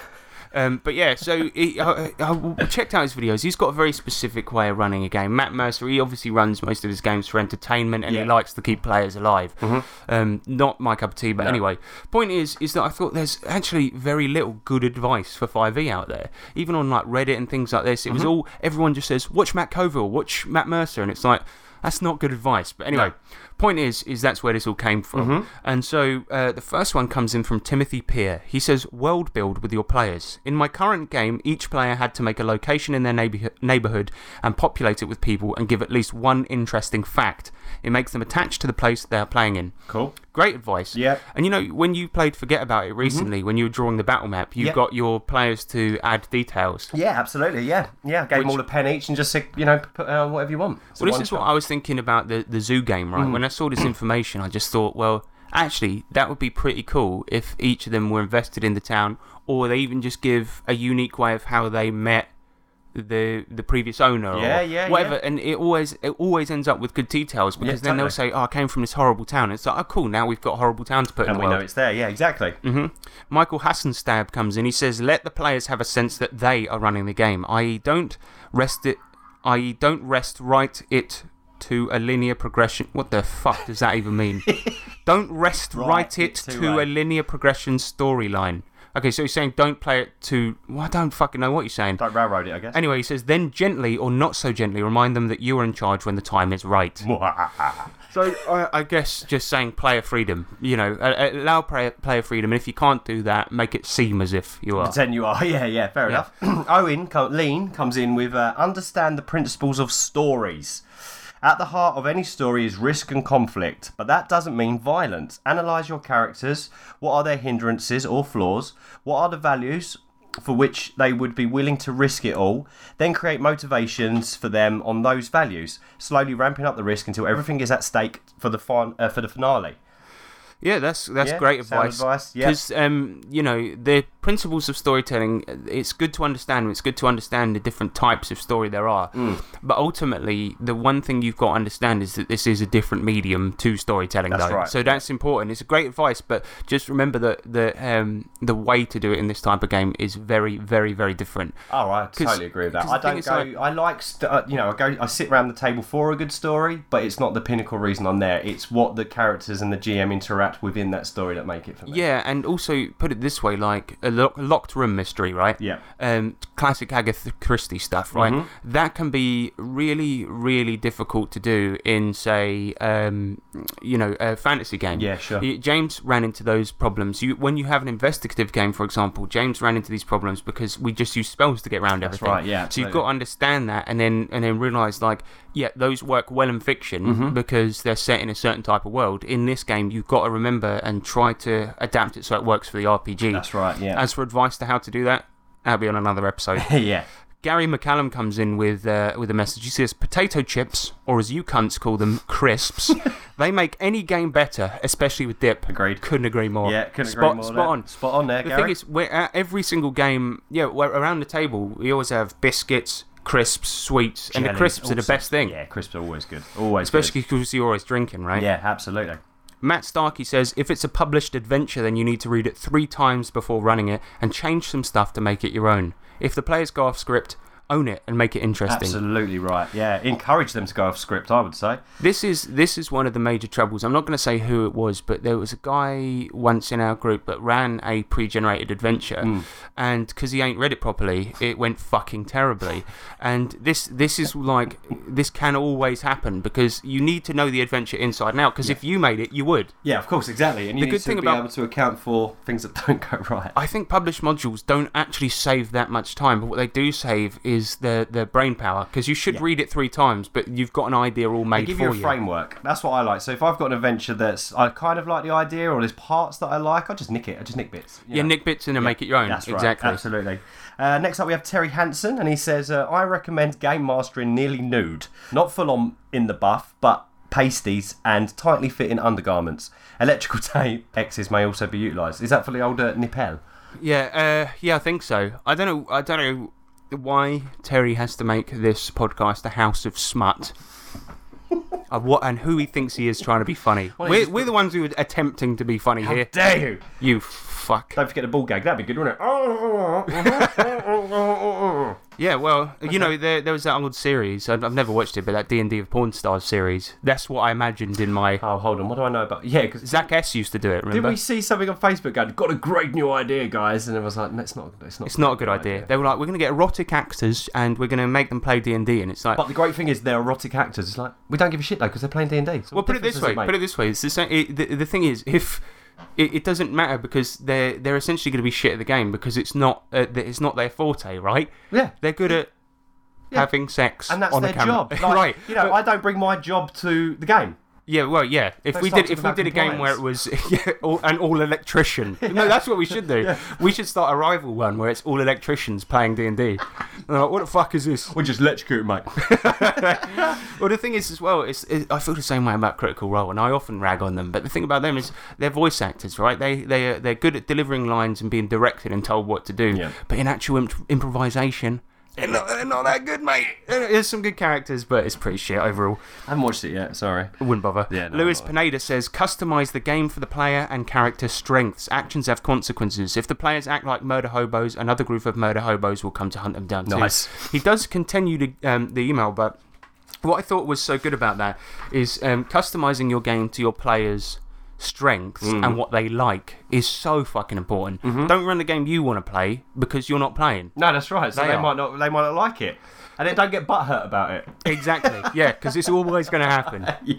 S3: Um, but yeah, so he, I, I I checked out his videos. He's got a very specific way of running a game. Matt Mercer, he obviously runs most of his games for entertainment, and he
S2: Yeah. Mm-hmm.
S3: likes to keep players alive. Um, not my cup of tea, but
S2: No.
S3: anyway. Point is, is that I thought there's actually very little good advice for 5e out there. Even on like Reddit and things like this, it
S2: Mm-hmm.
S3: was all everyone just says, "Watch Matt Coville, watch Matt Mercer," and it's like that's not good advice. But anyway, point is, is that's where this all came from. And so uh, the first one comes in from Timothy Peer. He says, "World build with your players. In my current game, each player had to make a location in their neighborhood, neighborhood and populate it with people and give at least one interesting fact. It makes them attached to the place they are playing in.
S2: Cool.
S3: Great advice.
S2: Yeah.
S3: And you know, when you played Forget About It recently, when you were drawing the battle map, you
S2: Yeah.
S3: got your players to add details.
S2: Yeah, absolutely. Yeah, yeah. Gave them all a pen each and just said, you know, put uh, whatever you want. It's a Mm.
S3: Well, this
S2: one
S3: is what
S2: shot.
S3: I was thinking about the, the zoo game, right? When I saw this information, I just thought, well, actually, that would be pretty cool if each of them were invested in the town, or they even just give a unique way of how they met the the previous owner
S2: Yeah,
S3: or
S2: yeah,
S3: whatever
S2: yeah.
S3: and it always it always ends up with good details because then they'll
S2: totally.
S3: say oh i came from this horrible town it's like oh cool now we've got horrible town to put in
S2: And
S3: the
S2: we
S3: world Mm-hmm.
S2: know it's there. Yeah, exactly.
S3: Michael Hassenstab comes in. He says, "Let the players have a sense that they are running the game, i.e., don't rest it, i.e., don't rest right it to a linear progression. What the fuck does that even mean? don't rest right, it to, a
S2: a-
S3: linear progression storyline. Okay, so he's saying don't play it to. Well, I don't fucking know what you're saying.
S2: Don't railroad it, I guess.
S3: Anyway, he says, then gently or not so gently remind them that you are in charge when the time is right. So I, I guess just saying player freedom, you know, uh, uh, allow player, player freedom, and if you can't do that, make it seem as if you are.
S2: Pretend you are. Yeah, yeah. Fair
S3: Yeah.
S2: enough. Owen co- Lean comes in with uh, understand the principles of stories. At the heart of any story is risk and conflict, but that doesn't mean violence. Analyze your characters. What are their hindrances or flaws? What are the values for which they would be willing to risk it all? Then create motivations for them on those values, slowly ramping up the risk until everything is at stake for the fin- uh, for the finale.
S3: Yeah, that's that's
S2: Yeah,
S3: great
S2: sound
S3: advice.
S2: advice, yeah.
S3: Because um, you know, the principles of storytelling, uh, it's good to understand. and It's good to understand the different types of story there are.
S2: Mm.
S3: But ultimately, the one thing you've got to understand is that this is a different medium to storytelling,
S2: That's
S3: though.
S2: right.
S3: So that's important. It's a great advice, but just remember that the um, the way to do it in this type of game is very, very, very different.
S2: Oh, I
S3: 'Cause-
S2: totally agree with that.
S3: 'cause the
S2: I
S3: thing
S2: don't
S3: is,
S2: go.
S3: like-
S2: I like, st- uh, you know, I go. I sit around the table for a good story, but it's not the pinnacle reason I'm there. It's what the characters and the GM interact within that story that make it for me.
S3: Yeah, and also put it this way, like a lo- locked room mystery, right?
S2: Yeah. Mm-hmm.
S3: Um, classic Agatha Christie stuff, right? That can be really, really difficult to do in, say, um, you know, a fantasy game.
S2: Yeah, sure.
S3: Y- James ran into those problems. You, when you have an investigative game, for example, James ran into these problems because we just use spells to get around everything.
S2: right, yeah,
S3: So you've
S2: absolutely.
S3: got to understand that, and then and then realize like, yeah, those work well in fiction
S2: Mm-hmm.
S3: because they're set in a certain type of world. In this game, you've got to remember and try to adapt it so it works for the RPG.
S2: That's right, yeah.
S3: As for advice to how to do that, that'll be on another episode.
S2: Yeah. yeah.
S3: Gary McCallum comes in with uh, with a message. He says, "Potato chips, or as you cunts call them, crisps. they make any game better, especially with dip."
S2: Agreed.
S3: Couldn't agree more.
S2: Yeah, couldn't agree
S3: spot,
S2: more
S3: Spot
S2: there.
S3: on.
S2: Spot on there,
S3: The
S2: Gary.
S3: thing is, we're at every single game, yeah, we're around the table. We always have biscuits, crisps, sweets, and the
S2: Jellies,
S3: crisps
S2: all
S3: are the
S2: sorts.
S3: best thing.
S2: Yeah, crisps are always good. Always,
S3: Especially because you're always drinking, right?
S2: Good. Yeah, absolutely.
S3: Matt Starkey says if it's a published adventure, then you need to read it three times before running it and change some stuff to make it your own. If the players go off script, own it and make it interesting.
S2: Absolutely right. Yeah, encourage them to go off script. I would say.
S3: This is this is one of the major troubles. I'm not going to say who it was, but there was a guy once in our group that ran a pre-generated adventure,
S2: Hmm.
S3: and because he ain't read it properly, it went fucking terribly. And this this is like this can always happen because you need to know the adventure inside and out. Because if you made it, you would.
S2: Yeah, of course, exactly. And you
S3: The
S2: need
S3: good
S2: to
S3: thing
S2: be
S3: about-
S2: able to account for things that don't go right.
S3: I think published modules don't actually save that much time, but what they do save is is the the brain power because you should read it three times, but you've got an idea all made
S2: They give
S3: for
S2: you a framework. That's what I like. So if I've got an adventure that's I kind of like the idea, or there's parts that I like, I just nick it. I just nick bits. you
S3: Yeah,
S2: know.
S3: nick bits and then make it your own.
S2: That's right.
S3: exactly.
S2: Absolutely. Uh, next up, we have Terry Hansen, and he says, uh, "I recommend game mastering nearly nude, not full on in the buff, but." Pasties and tightly fitting undergarments. Electrical tape X's may also be utilised. Is that for the older nippel?
S3: Yeah, uh, yeah, I think so. I don't know. I don't know why Terry has to make this podcast a house of smut. Uh, what and who he thinks he is trying to be funny. we're,
S2: he's-
S3: we're the ones who are attempting to be funny here.
S2: Dare you!
S3: You fuck.
S2: Don't forget the ball gag. That'd be good, wouldn't it? Oh,
S3: Yeah, well, you know, there, there was that old series. I've, I've never watched it, but that D and D of Porn Stars series. That's what I imagined in my.
S2: Oh, hold on. What do I know about? Yeah, because
S3: Zach S used to do it.
S2: Did
S3: Remember?
S2: we see something on Facebook going, got a great new idea, guys? And it was like, no, it's not, it's not,
S3: It's not a good idea. They were like, we're going to get erotic actors and we're going to make them play D and D, and it's like.
S2: But the great thing is, they're erotic actors. It's like, we don't give a shit though, because they're playing D&D. So
S3: Well,
S2: what
S3: put it
S2: difference
S3: this
S2: does
S3: way. Put it this way. It's the same. It, the, the thing is, if it, it doesn't matter because they're they're essentially going to be shit at the game because it's not uh, th- it's not their forte, right?
S2: Yeah.
S3: They're good at having sex
S2: and that's
S3: on
S2: their
S3: the camera.
S2: job. Like,
S3: right?
S2: You know,
S3: But-
S2: I don't bring my job to the game.
S3: yeah. Well, yeah. If
S2: Don't
S3: we
S2: start
S3: did
S2: talking
S3: if we
S2: about
S3: did a game where it was yeah, all, an all electrician, no, that's what we should do. We should start a rival one where it's all electricians playing D and D. What the fuck is this?
S2: We just electrocute, mate.
S3: Well, the thing is, as well, it's, it, I feel the same way about Critical Role, and I often rag on them. But the thing about them is they're voice actors, right? They they are, they're good at delivering lines and being directed and told what to do.
S2: Yeah.
S3: But in actual imp- improvisation, they're not, they're not that good, mate. There- There's some good characters, but it's pretty shit overall.
S2: I haven't watched it yet. Sorry.
S3: I wouldn't bother.
S2: Yeah, no,
S3: Lewis
S2: I'm not.
S3: Pineda says, customize the game for the player and character strengths. Actions have consequences. If the players act like murder hobos, another group of murder hobos will come to hunt them down too.
S2: Nice.
S3: He does continue the, um, the email, but what I thought was so good about that is um, customizing your game to your players' strengths
S2: Mm.
S3: and what they like is so fucking important.
S2: Mm-hmm.
S3: Don't run the game you want to play because you're not playing.
S2: No, that's right. So
S3: They
S2: they,
S3: are.
S2: might not, they might not like it, and then don't get butthurt about it.
S3: Exactly. Yeah, because it's always going to happen.
S2: Yeah.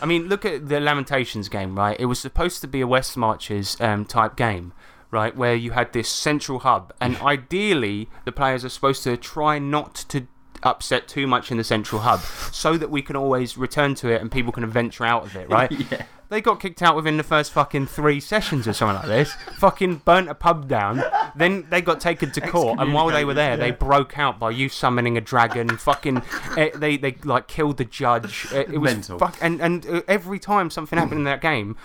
S3: I mean, look at the Lamentations game, right? It was supposed to be a West Marches um, type game, right, where you had this central hub, and ideally the players are supposed to try not to upset too much in the central hub, so that we can always return to it and people can venture out of it, right? yeah. They got kicked out within the first fucking three sessions or something like this. fucking burnt a pub down. Then they got taken to court, and while they were there, they broke out by you summoning a dragon. fucking, eh, they they like killed the judge. Eh, it was
S2: Mental.
S3: fuck, and and uh, every time something happened in that game,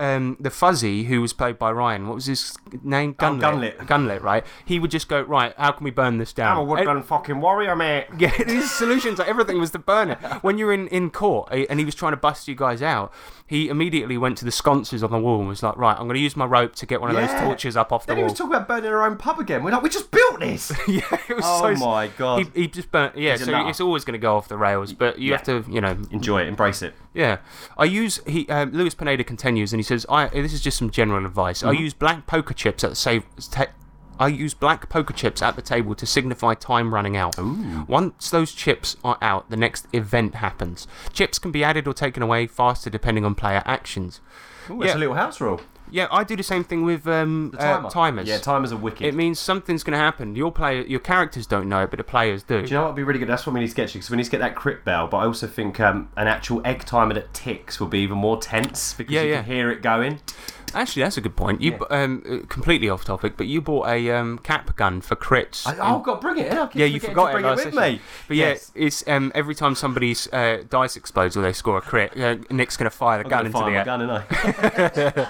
S3: um, the fuzzy who was played by Ryan, what was his name?
S2: Oh, Gunlet.
S3: Gunlet, right? He would just go, right, how can we burn this down?
S2: I'm a
S3: Eh,
S2: woodland fucking warrior, mate.
S3: yeah, his solutions, like everything was to burn it. When you were in, in court eh, and he was trying to bust you guys out, he immediately went to the sconces on the wall and was like, right, I'm going to use my rope to get one of those
S2: Yeah.
S3: torches up off the
S2: Then he
S3: wall.
S2: was talking about burning our own pub again. We're like, we just built this.
S3: yeah, it was
S2: Oh
S3: so-
S2: my God.
S3: He, he just burnt. Yeah,
S2: He's
S3: so
S2: enough.
S3: it's always going to go off the rails, but you have to, you know,
S2: Enjoy it. Embrace it.
S3: Yeah, I use he um, Lewis Pineda continues and he says, "I this is just some general advice. I
S2: Mm-hmm.
S3: use black poker chips at the save." ta I use black poker chips at the table to signify time running out. Once those chips are out, the next event happens. Chips can be added or taken away faster depending on player actions.
S2: Ooh, It's
S3: Yeah.
S2: a little house rule.
S3: Yeah, I do the same thing with um,
S2: The
S3: uh,
S2: timer.
S3: timers.
S2: Yeah, timers are wicked.
S3: It means something's going to happen. Your player, your characters don't know it, but the players do.
S2: Do you know what would be really good? That's what we need to get to because we need to get that crit bell. But I also think um, an actual egg timer that ticks will be even more tense because
S3: Yeah,
S2: you
S3: yeah.
S2: can hear it going.
S3: Actually, that's a good point. You b um, uh, completely off topic, but you bought a um, cap gun for crits.
S2: I,
S3: in-
S2: oh God, bring it! in. I keep
S3: Yeah, you
S2: forgetting to
S3: forgot it,
S2: Bring
S3: last
S2: it with
S3: session.
S2: me.
S3: But
S2: Yes.
S3: yeah, it's um, every time somebody's uh, dice explodes or they score a crit, uh, Nick's going to fire the
S2: I'm
S3: gun
S2: gonna
S3: into the
S2: fire my
S3: air.
S2: gun, and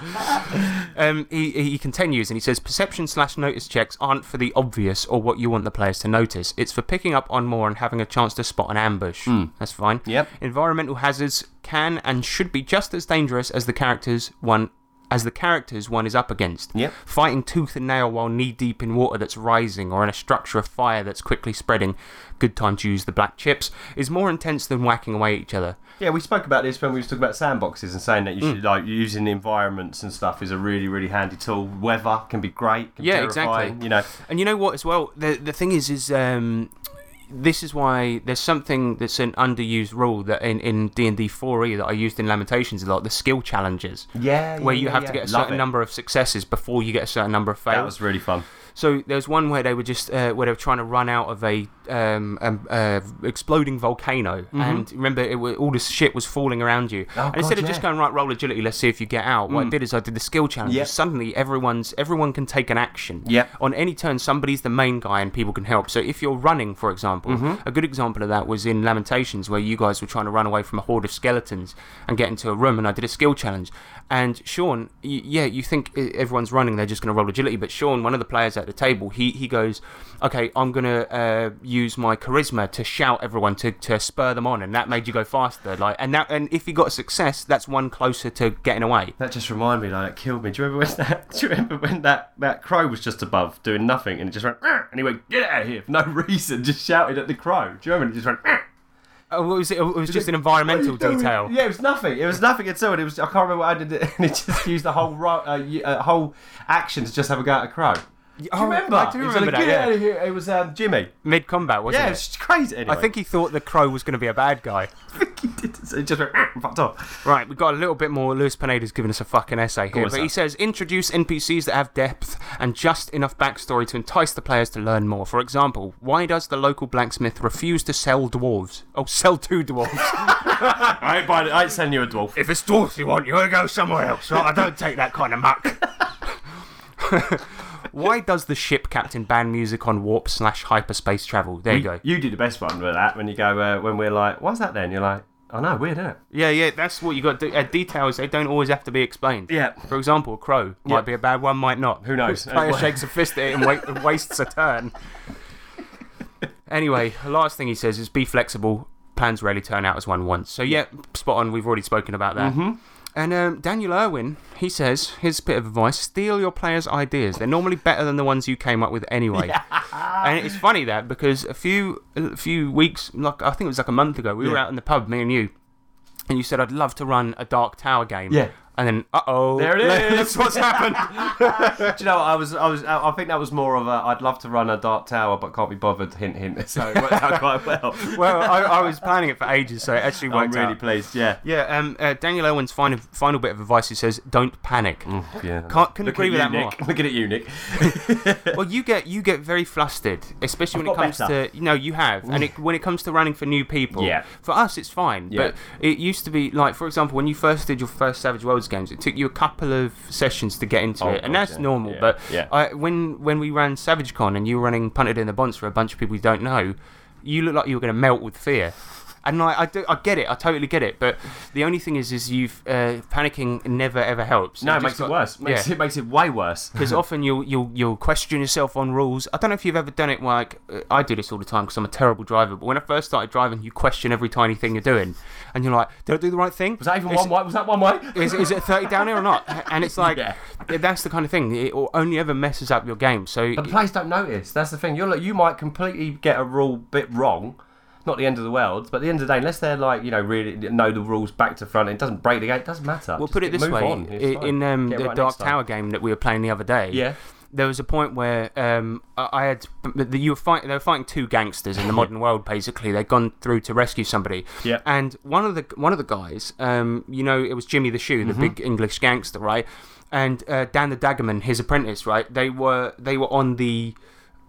S2: I.
S3: Um, he, he continues and he says, "Perception slash notice checks aren't for the obvious or what you want the players to notice. It's for picking up on more and having a chance to spot an ambush. That's fine.
S2: Hmm. Yep.
S3: Environmental hazards can and should be just as dangerous as the characters one." As the characters one is up against.
S2: Yep.
S3: Fighting tooth and nail while knee deep in water that's rising or in a structure of fire that's quickly spreading, good time to use the black chips, is more intense than whacking away each other.
S2: yeah, we spoke about this when we was talking about sandboxes and saying
S3: Mm.
S2: that you should like using the environments and stuff is a really really handy tool. Weather can be great. Can be
S3: Yeah,
S2: terrifying,
S3: exactly.
S2: You know,
S3: And you know what, as well, the the thing is, is um, this is why there's something that's an underused rule that in in D and D 4e that I used in Lamentations a lot, the skill challenges.
S2: Yeah, yeah,
S3: where you
S2: yeah,
S3: have to
S2: yeah.
S3: get a
S2: Love
S3: certain
S2: it.
S3: number of successes before you get a certain number of fails.
S2: that was really fun.
S3: So there's one where they were just uh, where they were trying to run out of a um, um, uh, exploding volcano, and remember, it, wa- all this shit was falling around you.
S2: Mm-hmm. Oh,
S3: and instead
S2: God,
S3: of just
S2: yeah. Mm.
S3: going right, roll agility, let's see if you get out. What I did is I did the skill challenge.
S2: Yep.
S3: Suddenly, everyone's everyone can take an action.
S2: Yep.
S3: On any turn, somebody's the main guy, and people can help. So if you're running, for example,
S2: Mm-hmm.
S3: a good example of that was in Lamentations, where you guys were trying to run away from a horde of skeletons and get into a room, and I did a skill challenge. And Sean, y- yeah, you think i- everyone's running, they're just going to roll agility, but Sean, one of the players at the table, he he goes, okay, I'm going to uh, use my charisma to shout everyone to, to spur them on, and that made you go faster. Like, and that and if you got a success, that's one closer to getting away.
S2: That just reminded me, like, it killed me. Do you remember when that? Do you remember when that, that crow was just above doing nothing and it just went, "Arr!" and he went, get out of here for no reason, just shouted at the crow. Do you remember? And it just went, "Arr!"
S3: Oh, what was it? It was just an
S2: What are you
S3: environmental
S2: doing?
S3: detail.
S2: Yeah, it was nothing. It was nothing at all. And it was I can't remember what I did. It, and it just used the whole ro- uh, y- uh, whole action to just have a go at a crow. Do you
S3: Oh,
S2: remember?
S3: I do
S2: It was
S3: remember
S2: like,
S3: that,
S2: "Get
S3: yeah.
S2: out of here." It was um, Jimmy.
S3: Mid combat, wasn't
S2: Yeah, it
S3: it?
S2: was crazy. Anyway.
S3: I think he thought the crow was going to be a bad guy.
S2: I think he did. It So he just went "Arr!" and fucked off.
S3: Right, we've got a little bit more. Lewis Pineda's given us a fucking essay here,
S2: on,
S3: but he
S2: sir.
S3: says introduce NPCs that have depth and just enough backstory to entice the players to learn more. For example, why does the local blacksmith refuse to sell dwarves? Oh, sell two dwarves.
S2: I ain't buying it. I ain't sending you a dwarf.
S3: if it's dwarves you want, you'll go somewhere else. Right? I don't take that kind of muck. why does the ship captain ban music on warp slash hyperspace travel? There you go.
S2: You do the best one with that when you go uh, when we're like, what's that then? You're like, oh no, weird, isn't it?
S3: Yeah, yeah, that's what you got. To do. Uh, details they don't always have to be explained.
S2: Yeah.
S3: For example, a crow
S2: Yeah.
S3: might be a bad one, might not.
S2: Who knows?
S3: Player shakes a fist at it and wa- wastes a turn. Anyway, last thing he says is be flexible. Plans rarely turn out as one wants. So yeah, spot on. We've already spoken about that. Mm-hmm. And um, Daniel Irwin, he says his bit of advice: steal your players' ideas. They're normally better than the ones you came up with anyway. And it's funny that because a few a few weeks, like I think it was like a month ago, we were out in the pub, me and you, and you said I'd love to run a Dark Tower game.
S2: Yeah.
S3: And then, uh oh,
S2: There it is.
S3: That's what's happened.
S2: Do you know? what? I was, I was, I I think that was more of a. I'd love to run a dark tower, but can't be bothered. Hint, hint. So it worked out quite well.
S3: well, I, I was planning it for ages, so it actually
S2: I'm
S3: worked
S2: really
S3: out.
S2: pleased. Yeah.
S3: yeah, um, uh, Daniel Owen's final, final bit of advice. He says, "Don't panic."
S2: Yeah.
S3: Can't, can
S2: Mm. Look
S3: agree
S2: at
S3: with
S2: you,
S3: that more.
S2: Nick. Looking at you, Nick.
S3: well, you get you get very flustered, especially
S2: I've
S3: when it
S2: got
S3: comes
S2: better.
S3: to you know you have, and it, when it comes to running for new people.
S2: Yeah.
S3: For us, it's fine,
S2: Yeah.
S3: but it used to be like, for example, when you first did your first Savage Worlds games, it took you a couple of sessions to get into
S2: Oh,
S3: it, and
S2: God,
S3: that's
S2: yeah.
S3: normal.
S2: Yeah.
S3: But
S2: Yeah.
S3: I, when when we ran Savage Con and you were running Punted in the Bonds for a bunch of people you don't know, you looked like you were going to melt with fear. And I, I, do, I get it, I totally get it, but the only thing is, is you've uh, panicking never ever helps.
S2: No, it
S3: just
S2: makes it
S3: got-
S2: worse. Makes
S3: yeah
S2: it makes it way worse.
S3: because often you'll you'll you'll question yourself on rules. I don't know if you've ever done it. Like uh, I do this all the time because I'm a terrible driver. But when I first started driving, you question every tiny thing you're doing, and you're like, "Did I do the right thing?
S2: Was that even
S3: Is-
S2: one way? Was that one way?
S3: Is, is it 30 down here or not? And it's like,
S2: Yeah.
S3: that's the kind of thing. It only ever messes up your game. So
S2: But the players don't notice. That's the thing. You're like, you might completely get a rule bit wrong. Not the end of the world, but at the end of the day, unless they're like you know really know the rules back to front, and it doesn't break the game. It doesn't matter.
S3: Well,
S2: Just
S3: put it
S2: get-
S3: this
S2: move
S3: way:
S2: on.
S3: i-
S2: It's fine.
S3: in um,
S2: Get
S3: the
S2: it right
S3: Dark
S2: next time.
S3: Tower game that we were playing the other day,
S2: Yeah.
S3: there was a point where um, I I had the, you were fighting. They were fighting two gangsters in the modern world. Basically, they'd gone through to rescue somebody.
S2: Yeah.
S3: And one of the one of the guys, um, you know, it was Jimmy the Shoe, the
S2: Mm-hmm.
S3: big English gangster, right? And uh, Dan the Daggerman, his apprentice, right? They were they were on the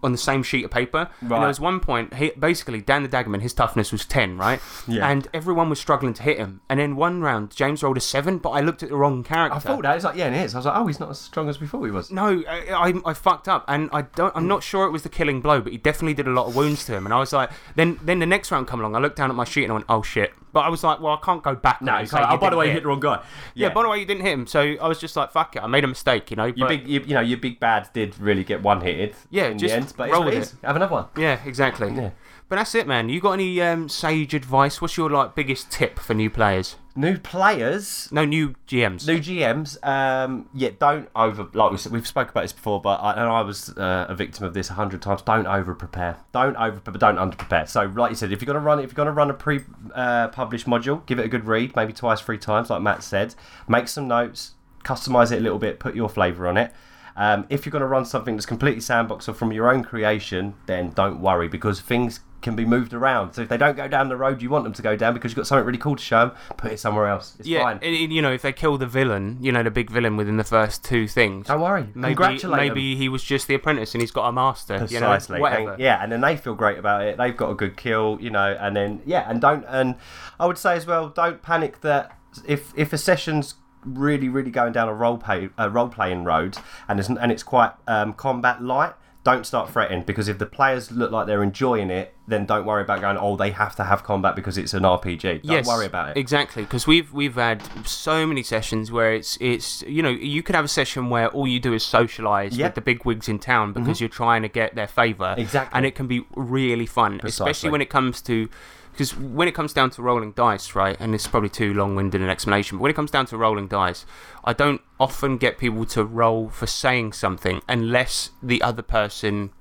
S3: on the same sheet of paper. And
S2: Right.
S3: there was one point, he, basically, Dan the Daggerman, his toughness was 10, right?
S2: Yeah.
S3: And everyone was struggling to hit him. And then one round, James rolled a 7, but I looked at the wrong character.
S2: I thought that. It's like, yeah, and it is. I was like, oh, he's not as strong as we thought he was.
S3: No, I, I, I fucked up, and I don't. I'm
S2: Hmm.
S3: not sure it was the killing blow, but he definitely did a lot of wounds to him. And I was like, then, then the next round come along. I looked down at my sheet and I went, oh shit. But I was like, well, I can't go back.
S2: No,
S3: now
S2: you
S3: and
S2: can't.
S3: say
S2: Oh, by the
S3: didn't
S2: way, you hit the wrong guy.
S3: Yeah. by the way, you didn't hit him. So I was just like, fuck it. I made a mistake, you know.
S2: your
S3: but-
S2: big, you, you know, your big bads did really get one hitted.
S3: Yeah,
S2: in
S3: just
S2: the end, but
S3: roll
S2: it's what
S3: with
S2: it. Is. Have another one.
S3: Yeah, exactly.
S2: Yeah.
S3: But that's it, man. You got any um, sage advice? What's your like biggest tip for new players?
S2: New players,
S3: No new GMs.
S2: new GMs. Um, yeah, don't over. Like we said, we've spoke about this before, but I, and I was uh, a victim of this a hundred times. Don't over prepare. Don't over, but don't under prepare. So, like you said, if you're gonna run, if you're gonna run a pre-published module, give it a good read, maybe twice, three times, like Matt said. Make some notes, customize it a little bit, put your flavour on it. Um, if you're going to run something that's completely sandbox or from your own creation, then don't worry because things can be moved around. So if they don't go down the road you want them to go down because you've got something really cool to show them, put it somewhere else. It's
S3: Yeah,
S2: fine.
S3: and, and, you know, if they kill the villain, you know, the big villain within the first two things.
S2: don't worry.
S3: Maybe,
S2: Congratulate them.
S3: maybe he was just the apprentice and he's got a master.
S2: Precisely.
S3: You know, whatever.
S2: And- yeah, and then they feel great about it. They've got a good kill, you know, and then yeah, and don't and I would say as well, don't panic that if if a session's really really going down a role play a role playing road and it's and it's quite um, combat light. Don't start fretting because if the players look like they're enjoying it, then don't worry about going. Oh, they have to have combat because it's an RPG. Don't
S3: yes,
S2: worry about it.
S3: Exactly, because we've we've had so many sessions where it's it's you know you could have a session where all you do is socialise
S2: Yep.
S3: with the big wigs in town because you're trying to get their favour.
S2: Mm-hmm. Exactly.
S3: and it can be really fun,
S2: Precisely.
S3: especially when it comes to. Because when it comes down to rolling dice, right, and it's probably too long-winded an explanation, but when it comes down to rolling dice, I don't often get people to roll for saying something unless the other person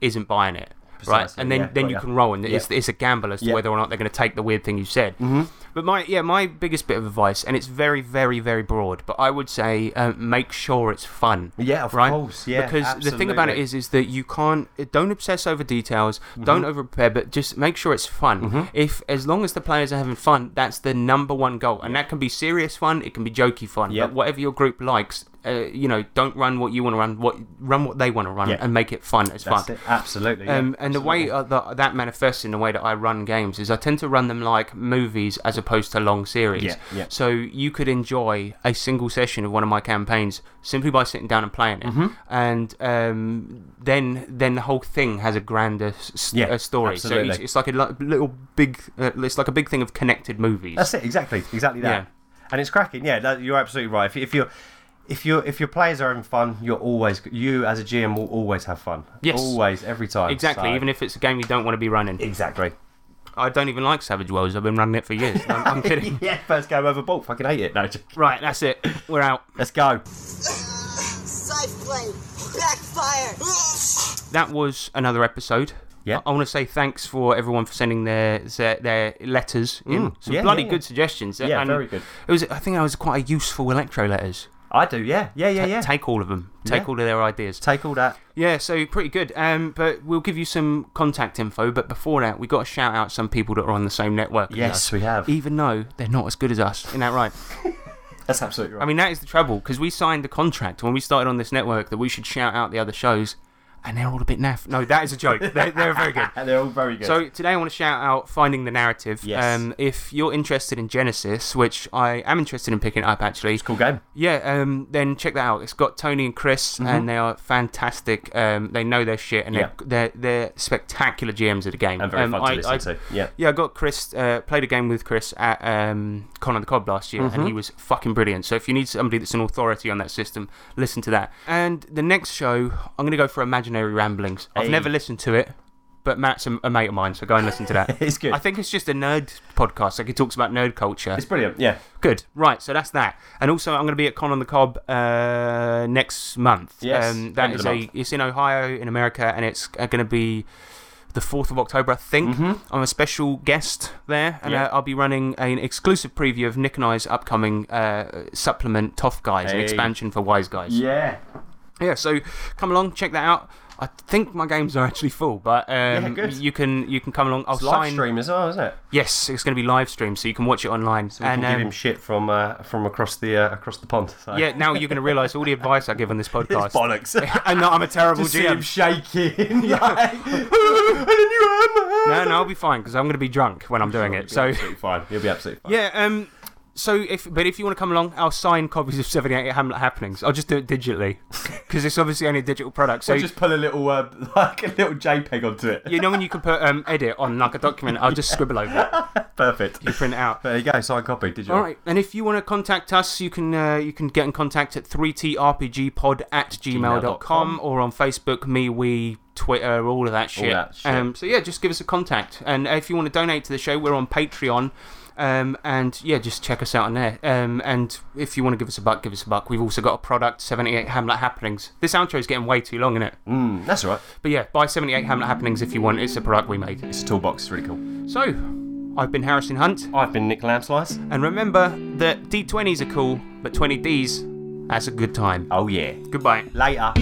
S3: isn't buying it, right?
S2: Precisely,
S3: And then
S2: yeah,
S3: then
S2: got
S3: you
S2: ya.
S3: can roll, and it's,
S2: Yeah.
S3: it's a gamble as to
S2: Yeah.
S3: whether or not they're going to take the weird thing you said. Mm-hmm. But my yeah, my biggest bit of advice, and it's very, very, very broad, but I would say uh, make sure it's fun.
S2: Yeah, of
S3: right?
S2: course, yeah,
S3: because the thing about it
S2: absolutely. Mm-hmm.
S3: is, is that you can't uh, don't obsess over details, don't over prepare, but just make sure it's fun. If as long as the players are having fun, that's the number one goal, and that can be serious fun, it can be jokey fun,
S2: Yep.
S3: but whatever your group likes. Uh, you know, don't run what you want to run. What run what they want to run,
S2: Yeah.
S3: and make it fun as
S2: That's
S3: fun.
S2: it. Absolutely. yeah,
S3: Um, and the
S2: absolutely.
S3: way uh, that, that manifests in the way that I run games is I tend to run them like movies as opposed to long series.
S2: Yeah, yeah.
S3: So you could enjoy a single session of one of my campaigns simply by sitting down and playing it,
S2: Mm-hmm.
S3: and um, then then the whole thing has a grander s- s-
S2: Yeah,
S3: uh, story. So
S2: absolutely.
S3: it's, it's like a li- little big, uh, it's like a big thing of connected movies.
S2: That's it, exactly, exactly that.
S3: Yeah.
S2: And it's cracking. Yeah, that, you're absolutely right. If, if you're if you if your players are having fun, you're always you as a GM will always have fun.
S3: Yes.
S2: always, every time.
S3: Exactly, even if it's a game you don't want to be running.
S2: exactly.
S3: I don't even like Savage Worlds. I've been running it for years. I'm, I'm kidding.
S2: Yeah, first game over ball. Fucking hate it. No, just-
S3: Right, that's it. We're out.
S2: let's go.
S10: Scythe blade, backfire.
S3: that was another episode.
S2: Yeah.
S3: I, want to say thanks for everyone for sending their their, their letters in. Some
S2: Mm, yeah,
S3: bloody
S2: yeah, yeah.
S3: good suggestions.
S2: Yeah, very good.
S3: It was. I think that was quite a useful electro letters.
S2: I do. Yeah, yeah, yeah,
S3: Ta-
S2: yeah.
S3: Take all of them. Take
S2: Yeah.
S3: all of their ideas.
S2: Take all that.
S3: Yeah, so pretty good. Um, but we'll give you some contact info. But before that, we got to shout out some people that are on the same network. as
S2: Yes,
S3: us,
S2: we have.
S3: even though they're not as good as us. Isn't that right?
S2: That's absolutely right.
S3: I mean, that is the trouble because we signed a contract when we started on this network that we should shout out the other shows, and they're all a bit naff. No, that is a joke. they're, they're very good.
S2: and they're all very good.
S3: So today I want to shout out finding the narrative.
S2: Yes.
S3: Um, if you're interested in Genesis, which I am interested in picking it up actually.
S2: cool game.
S3: Yeah. Um, then check that out. It's got Tony and Chris, and they are fantastic. Um, they know their shit, and
S2: Mm-hmm. Yeah.
S3: they're, they're they're spectacular GMs of the game.
S2: And very
S3: Um,
S2: fun to
S3: I-
S2: listen
S3: I-
S2: to. Yeah.
S3: yeah, I got Chris, uh, played a game with Chris at um, Con on the Cob last year, and he was fucking brilliant. So if you need somebody that's an authority on that system, listen to that. And the next show, I'm going to go for Imaginary Ramblings. I've
S2: Hey.
S3: never listened to it, but Matt's a, a mate of mine, so go and listen to that.
S2: It's good.
S3: I think it's just a nerd podcast. Like, he talks about nerd culture.
S2: It's brilliant. Yeah.
S3: Good. Right. So that's that. And also, I'm going to be at Con on the Cob uh, next month.
S2: Yes,
S3: Um, that
S2: end of
S3: is
S2: the
S3: a.
S2: month.
S3: It's in Ohio, in America, and it's going to be the 4th of October, I think. I'm a special guest there,
S2: Mm-hmm.
S3: and
S2: Yeah.
S3: uh, I'll be running an exclusive preview of Nick and I's upcoming uh, supplement, Tough Guys, an
S2: Hey.
S3: expansion for Wise Guys.
S2: Yeah.
S3: Yeah, so come along, check that out. I think my games are actually full, but um,
S2: good.
S3: you can you can come along. I'll
S2: It's live
S3: sign.
S2: stream as well, isn't it?
S3: Yes, it's going to be live stream, so you can watch it online.
S2: So we
S3: and
S2: can give
S3: um,
S2: him shit from uh, from across the uh, across the pond. So.
S3: Yeah, now you're going to realise all the advice I give on this
S2: It's
S3: podcast.
S2: bollocks.
S3: and that I'm a terrible
S2: Just see him
S3: GM.
S2: shaking. like, and then you "Ah."
S3: No, no, I'll be fine because I'm going to be drunk when I'm doing it. So
S2: absolutely fine. You'll be absolutely fine.
S3: yeah, um, so if but if you want to come along, I'll sign copies of 78 Hamlet Happenings. I'll just do it digitally because it's obviously only a digital product. So
S2: Or just pull a little uh, like a little JPEG onto it.
S3: you know when you can put um, edit on like a document, I'll just scribble over it,
S2: Perfect.
S3: print it out.
S2: There you go. Signed copy. Did you?
S3: All right, and if you want to contact us, you can uh, you can get in contact at 3trpgpod at gmail.com or on Facebook, me, we, Twitter, all of that shit.
S2: that shit.
S3: Um, so, yeah, just give us a contact. And if you want to donate to the show, we're on Patreon. Um, and yeah, just check us out on there. Um, and if you want to give us a buck, give us a buck. We've also got a product, 78 Hamlet Happenings. This outro is getting way too long, isn't it?
S2: Mm, that's all right.
S3: But yeah, buy 78 Hamlet Happenings if you want. It's a product we made.
S2: It's a toolbox. It's really cool.
S3: So, I've been Harrison Hunt.
S2: I've been Nick Lambslice.
S3: And remember that D20s are cool, but 20Ds, that's a good time.
S2: Oh yeah.
S3: Goodbye.
S2: Later.